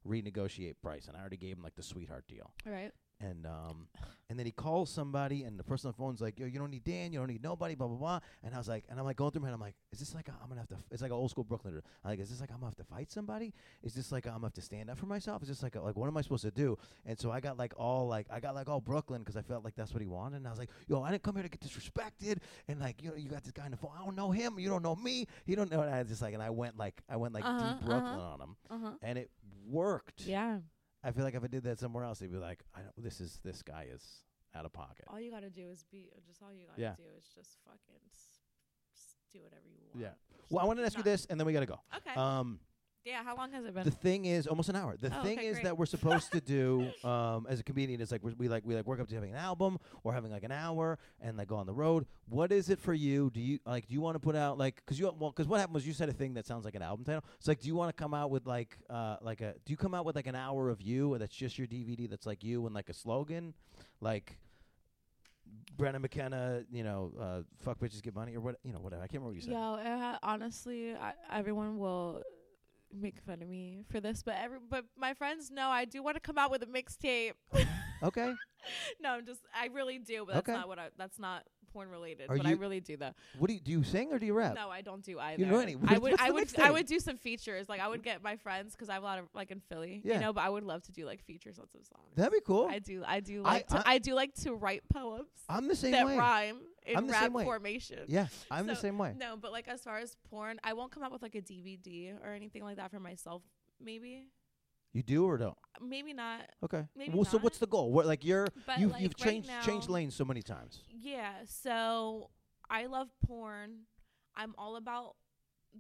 A: renegotiate price, and I already gave him like the sweetheart deal
B: Right.
A: and um, and then he calls somebody, and the person on the phone's like, "Yo, you don't need Dan, you don't need nobody, blah blah blah." And I was like, and I'm like going through my head, I'm like, "Is this like a, I'm gonna have to? f- It's like an old school Brooklyn. I'm like, is this like I'm gonna have to fight somebody? Is this like I'm gonna have to stand up for myself? Is this like a, like what am I supposed to do?" And so I got like all like I got like all Brooklyn because I felt like that's what he wanted, and I was like, "Yo, I didn't come here to get disrespected, and like you know you got this guy on the phone, I don't know him, you don't know me, you don't know." And I just like, and I went like I went like
B: Uh-huh,
A: deep Brooklyn
B: uh-huh.
A: on him,
B: Uh huh.
A: and it worked.
B: Yeah.
A: I feel like if I did that somewhere else, they'd be like, I don't, "This is this guy is out of pocket."
B: All you gotta do is be. Just all you gotta
A: Yeah.
B: do is just fucking s- do whatever you want.
A: Yeah. Well, I want to ask you
B: Not-
A: this, and then we gotta go.
B: Okay.
A: Um,
B: yeah. How long has it
A: the
B: been?
A: thing is almost an hour. The
B: Oh,
A: thing
B: okay,
A: is
B: great.
A: that we're supposed to do um, as a comedian is like we're, we like we like work up to having an album or having like an hour and like go on the road. What is it for you? Do you like do you want to put out like because you well because what happened was you said a thing that sounds like an album title. It's like do you want to come out with like uh, like a do you come out with like an hour of you that's just your DVD that's like you and like a slogan like. Brennan McKenna, you know, uh, fuck bitches get money or what, you know, whatever. I can't remember what you said.
B: Yo, it ha- honestly, I, everyone will make fun of me for this, but every but my friends know I do want to come out with a mixtape.
A: Okay.
B: no, I'm just I really do, but that's
A: Oh. Okay.
B: not what I. That's not porn related,
A: Are
B: but I
A: you-
B: really do though.
A: What do you do? You sing or do you rap?
B: No, I don't do either.
A: don't do any.
B: I would,
A: What's
B: I
A: the
B: would,
A: next
B: I
A: thing?
B: would do some features. Like I would get my friends because I have a lot of like in Philly,
A: Yeah.
B: you know. But I would love to do like features on some songs.
A: That'd be cool.
B: I do, I do
A: I-
B: like, to, I, do like to write poems
A: I'm the same
B: that
A: way.
B: rhyme in
A: I'm the
B: rap
A: same way.
B: formation.
A: Yeah, I'm the
B: So,
A: same way.
B: No, but like as far as porn, I won't come up with like a DVD or anything like that for myself. Maybe,
A: You do or don't?
B: maybe not.
A: Okay.
B: Maybe
A: well, so
B: not.
A: what's the goal? What like you're
B: But
A: you
B: like
A: you've
B: right
A: changed
B: now,
A: changed lanes so many times.
B: Yeah, so I love porn. I'm all about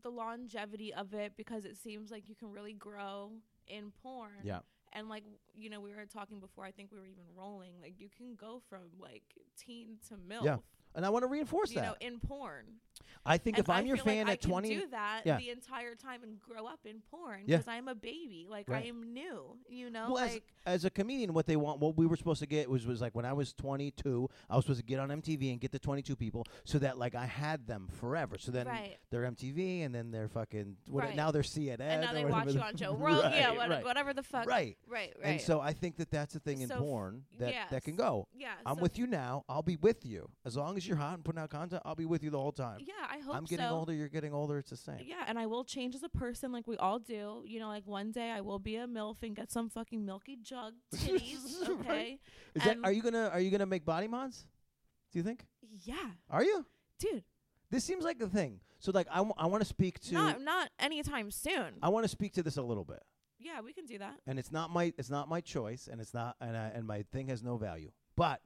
B: the longevity of it because it seems like you can really grow in porn.
A: Yeah.
B: And like you know, we were talking before. I think we were even rolling. Like you can go from like teen to milf.
A: And I want to reinforce
B: You
A: that.
B: know, in porn.
A: I think if
B: And
A: I'm your
B: feel like
A: fan
B: I
A: at
B: can
A: 20,
B: do that
A: yeah.
B: the entire time and grow up in porn
A: Yeah.
B: because I'm a baby. Like
A: Right.
B: I am new. You know,
A: Well, as-
B: like
A: as a comedian, what they want, what we were supposed to get was was like when I was 22, I was supposed to get on MTV and get the 22 people, so that like I had them forever. So then
B: right.
A: they're MTV, and then they're fucking what
B: Right.
A: now they're CNN.
B: And now
A: or
B: they
A: whatever
B: watch
A: the-
B: you on Joe Rogan. yeah,
A: Right,
B: what,
A: right,
B: whatever the fuck.
A: right.
B: Right. Right.
A: And so I think that that's the thing in
B: So f-
A: porn that that can
B: yes.
A: go.
B: yeah,
A: I'm
B: so
A: with you now. I'll be with you as long as you're hot and putting out content. I'll be with you the whole time.
B: Yeah, I hope
A: I'm getting
B: so.
A: older. You're getting older. It's the same.
B: Yeah, and I will change as a person, like we all do. You know, like one day I will be a milf and get some fucking milky jug titties.
A: Right.
B: Okay.
A: Is that,
B: and-
A: are you gonna Are you gonna make body mods? Do you think?
B: Yeah,
A: Are you?
B: dude.
A: This seems like the thing. So like I, w- I want to speak to
B: Not not anytime soon.
A: I want to speak to this a little bit,
B: yeah, we can do that.
A: and it's not my it's not my choice, and it's not and I, and my thing has no value. But,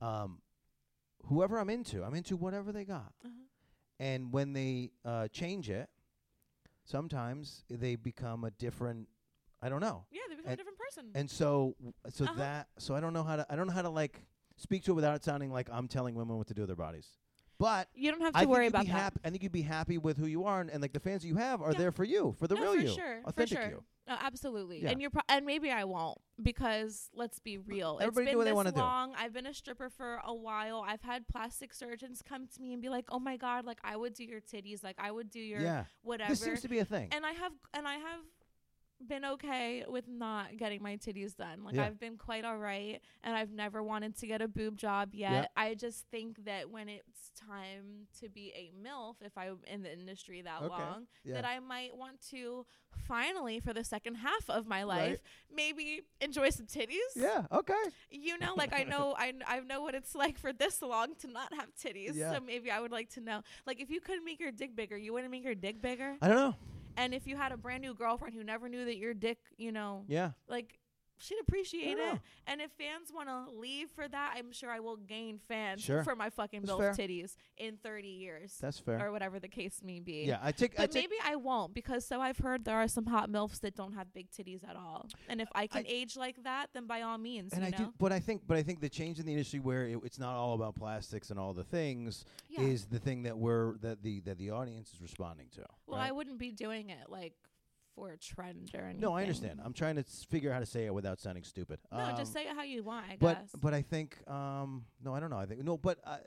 A: um, whoever I'm into, I'm into whatever they got.
B: Uh-huh.
A: and when they uh, change it, sometimes they become a different. I don't know.
B: Yeah, they become
A: And-
B: a different person.
A: And so, so
B: Uh-huh.
A: that, so I don't know how to, I don't know how to like speak to it without it sounding like I'm telling women what to do with their bodies. But
B: you don't have to
A: I think
B: worry
A: you'd
B: about
A: be
B: that.
A: happy. I think you'd be happy with who you are, and, and like the fans that you have are
B: Yeah.
A: there for you, for the
B: no,
A: real
B: for
A: you,
B: sure,
A: authentic
B: for sure.
A: you.
B: No, absolutely.
A: Yeah.
B: And you're pro- and maybe I won't because let's be real.
A: Everybody
B: it's
A: do
B: been
A: what they wanna
B: this
A: do.
B: long. I've been a stripper for a while. I've had plastic surgeons come to me and be like, "Oh my god, like I would do your titties, like I would do your
A: yeah,
B: whatever."
A: this seems to be a thing.
B: and I have and I have been okay with not getting my titties done. Like
A: Yeah.
B: I've been quite all right and I've never wanted to get a boob job yet.
A: Yeah.
B: I just think that when it's time to be a MILF, if I'm in the industry that
A: Okay.
B: long,
A: yeah.
B: that I might want to finally for the second half of my
A: Right.
B: life maybe enjoy some titties.
A: yeah. Okay.
B: You know, like I know I, kn- I know what it's like for this long to not have titties.
A: Yeah.
B: So maybe I would like to know. Like if you couldn't make your dick bigger, you wouldn't make your dick bigger?
A: I don't know.
B: And if you had a brand new girlfriend who never knew that your dick, you know,
A: Yeah.
B: like she'd appreciate
A: Yeah.
B: it. And if fans want to leave for that, I'm sure I will gain fans
A: Sure.
B: for my fucking
A: That's
B: milf
A: fair.
B: titties in 30 years
A: That's fair.
B: or whatever the case may be.
A: Yeah. I take. I
B: But
A: take.
B: maybe I won't because so I've heard there are some hot milfs that don't have big titties at all. And if I can
A: I-
B: age like that, then by all means,
A: and
B: you
A: I
B: know.
A: do, but I think, but I think the change in the industry where it, it's not all about plastics and all the things
B: yeah.
A: is the thing that we're that the that the audience is responding to.
B: well,
A: right?
B: I wouldn't be doing it like for a trend or anything.
A: no, I understand. I'm trying to s- figure out how to say it without sounding stupid.
B: No, just
A: Um,
B: say it how you want, I
A: But
B: guess.
A: but I think um no, I don't know. I think no, but uh,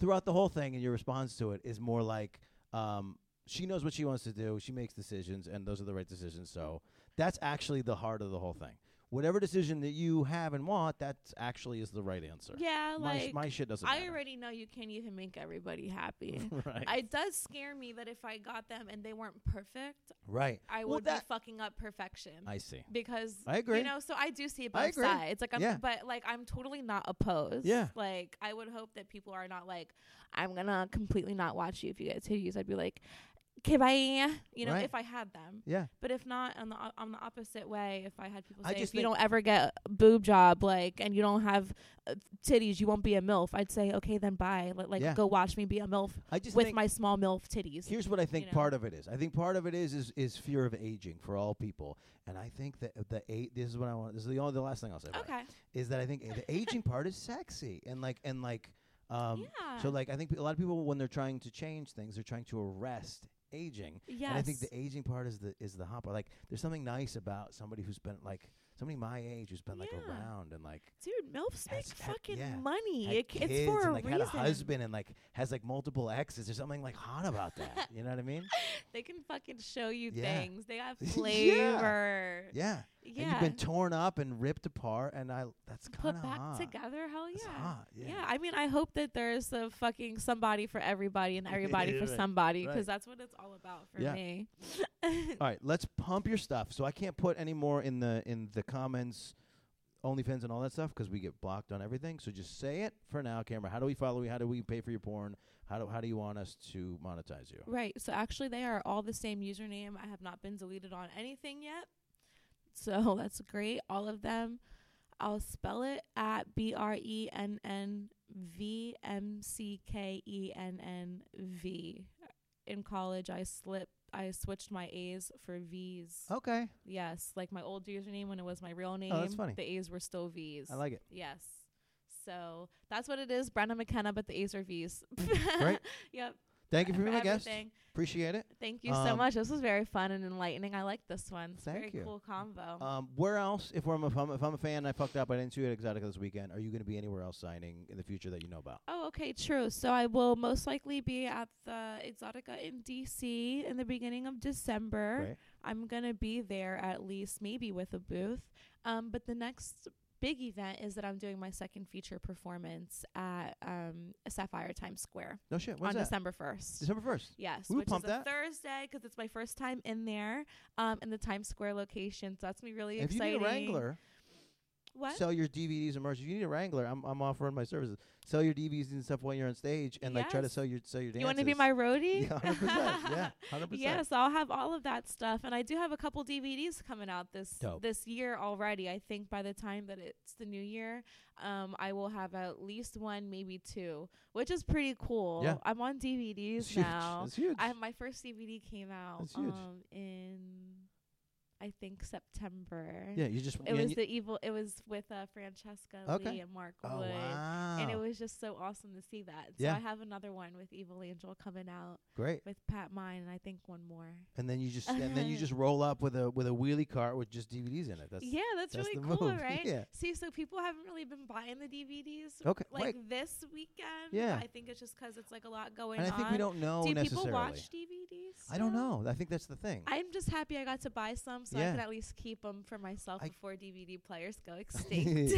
A: throughout the whole thing and your response to it is more like um she knows what she wants to do. She makes decisions, and those are the right decisions. So that's actually the heart of the whole thing. Whatever decision that you have and want, that actually is the right answer.
B: yeah,
A: my,
B: like
A: sh- my shit doesn't.
B: I
A: matter.
B: already know you can't even make everybody happy.
A: right.
B: it does scare me that if I got them and they weren't perfect,
A: right.
B: I
A: Well,
B: would
A: that-
B: be fucking up perfection.
A: I see.
B: because
A: I agree.
B: You know, so I do see
A: I
B: both
A: agree.
B: sides. Like I'm
A: Yeah.
B: but like I'm totally not opposed.
A: Yeah.
B: Like I would hope that people are not like, I'm gonna completely not watch you if you get titties. I'd be like, okay, bye. You know,
A: Right.
B: if I had them.
A: Yeah.
B: But if not, on the o- on the opposite way, if I had people
A: I
B: say,
A: just
B: if you
A: think-
B: don't ever get a boob job, like, and you don't have uh, titties, you won't be a milf. I'd say, okay, then bye. Let, like,
A: Yeah.
B: go watch me be a milf
A: I just
B: with
A: think
B: my small milf titties.
A: here's what I think
B: know.
A: part of it is. I think part of it is is is fear of aging for all people, and I think that the eight. This is what I want. This is the only the last thing I'll say. About it,
B: okay.
A: is that I think the aging part is sexy and like and like. Um,
B: yeah.
A: So like I think a lot of people when they're trying to change things, they're trying to arrest aging.
B: yes.
A: And I think the aging part is the is the hot part. Like there's something nice about somebody who's been like somebody my age who's been like
B: Yeah.
A: around and like
B: Dude, milfs make
A: Has- had-
B: fucking
A: yeah. had
B: money. It,
A: kids
B: it's for
A: and
B: a
A: like
B: reason.
A: had a husband and like has like multiple exes. There's something like hot about that. you know what I mean?
B: They can fucking show you
A: Yeah.
B: things. They have
A: Yeah.
B: flavor.
A: Yeah.
B: Yeah.
A: And you've been torn up and ripped apart and I that's kind
B: Put
A: of
B: back
A: hot.
B: together. Hell yeah.
A: It's hot, yeah.
B: I mean, I hope that there is a fucking somebody for everybody and everybody for
A: Right,
B: somebody
A: right.
B: because that's what it's all about for
A: Yeah.
B: me.
A: All right, let's pump your stuff. So I can't put any more in the in the comments OnlyFans and all that stuff because we get blocked on everything. So just say it for now, Camera. How do we follow you? How do we pay for your porn? How do how do you want us to monetize you?
B: Right. So actually, they are all the same username. I have not been deleted on anything yet. So that's great. All of them. I'll spell it at B R E N N V M C K E N N V. In college, I slipped. I switched my A's for V's.
A: Okay,
B: Yes, like my old username when it was my real name.
A: Oh, funny.
B: The A's were still V's.
A: I like it.
B: Yes. So that's what it is, Brenda McKenna, but the A's are V's.
A: Great.
B: Yep.
A: Thank you for
B: for
A: being my guest.
B: everything.
A: Appreciate it.
B: Thank you so
A: Um,
B: much. This was very fun and enlightening. I like this one. It's a
A: Thank
B: very
A: you.
B: cool combo.
A: Um, where else? If I'm a, if I'm, if I'm a fan, and I fucked up. I didn't see you at Exotica this weekend. Are you going to be anywhere else signing in the future that you know about?
B: oh, okay, true. So I will most likely be at the Exotica in DC in the beginning of December.
A: Great.
B: I'm gonna be there at least, maybe with a booth. Um, but the next big event is that I'm doing my second feature performance at um, Sapphire Times Square
A: No shit. When's
B: on
A: that?
B: December first.
A: December first.
B: Yes,
A: Woo,
B: which is
A: pump
B: a
A: that.
B: Thursday because it's my first time in there um, in the Times Square location. So that's gonna be really
A: If you
B: exciting.
A: need a Wrangler,
B: what?
A: sell your DVDs and merch. If you need a Wrangler, I'm, I'm offering my services. Sell your DVDs and stuff when you're on stage, and like try to
B: Yes.
A: sell your sell your dances.
B: You want to be my roadie?
A: Yeah, 100%. Yeah, 100%.
B: Yes, I'll have all of that stuff, and I do have a couple DVDs coming out this
A: Dope.
B: this year already. I think by the time that it's the new year, um, I will have at least one, maybe two, which is pretty cool.
A: Yeah.
B: I'm on DVDs
A: It's huge.
B: now.
A: It's huge.
B: I have my first DVD came out
A: That's huge.
B: um, in I think September.
A: yeah, you just.
B: It
A: yeah,
B: was
A: you-
B: the evil. It was with uh, Francesca
A: Okay.
B: Lee and Mark
A: oh
B: Wood
A: wow!
B: and it was just so awesome to see that. So
A: Oh. Yeah.
B: I have another one with Evil Angel coming out
A: great.
B: with Pat Mine, and I think one more.
A: And then you just and then you just roll up with a with a wheelie cart with just DVDs in it. That's
B: yeah, that's,
A: that's
B: really
A: the
B: cool,
A: move.
B: right?
A: Yeah.
B: See, so people haven't really been buying the DVDs
A: Okay,
B: like
A: right.
B: this weekend.
A: Yeah.
B: I think it's just 'cause it's like a lot going
A: and I
B: on.
A: think we don't know
B: Do people
A: necessarily.
B: watch DVDs?
A: I don't
B: still?
A: know. I think that's the thing.
B: I'm just happy I got to buy some, so I
A: Yeah.
B: can at least keep 'em for myself
A: I-
B: before DVD players go extinct.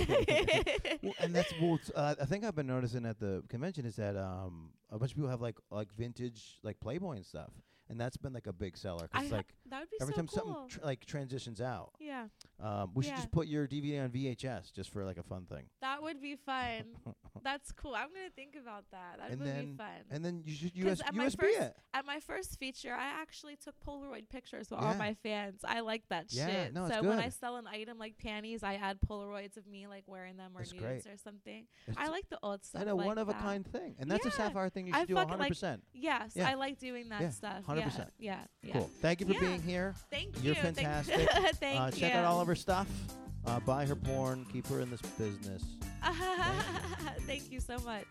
A: well, and that's well, it's, uh, I think I've been noticing at the convention is that um a bunch of people have like like vintage like Playboy and stuff, and that's been like a big seller.
B: I
A: Cause
B: ha-
A: like
B: that would be
A: every
B: so
A: time
B: cool.
A: something tr- like transitions out,
B: yeah.
A: um, we
B: Yeah.
A: should just put your DVD on VHS just for like a fun thing.
B: That would be fun. That's cool. I'm gonna think about that. That
A: And
B: would
A: then-
B: be fun.
A: And then you should
B: 'Cause
A: US-
B: at my
A: USB
B: first-
A: it.
B: At my first feature, I actually took Polaroid pictures with all
A: Yeah.
B: my fans. I like that
A: Yeah,
B: shit.
A: no, it's
B: so when I
A: good.
B: sell an item like panties, I add Polaroids of me like wearing them or
A: That's
B: nudes
A: great.
B: or something.
A: It's
B: I like the old stuff.
A: and a
B: like
A: one of a
B: that.
A: kind thing, and that's a
B: Yeah.
A: sapphire thing you should
B: I
A: do
B: fucking
A: hundred
B: like-
A: percent.
B: Yes,
A: Yeah.
B: I like doing that
A: Yeah,
B: stuff.
A: 100%.
B: Yeah, yeah. yeah.
A: Cool. Thank you for
B: Yeah.
A: being here.
B: Thank
A: You're
B: you. Thank-
A: fantastic.
B: Thank,
A: uh,
B: you.
A: Check out all of her stuff. Uh, buy her porn. Keep her in this business.
B: Thank you so much.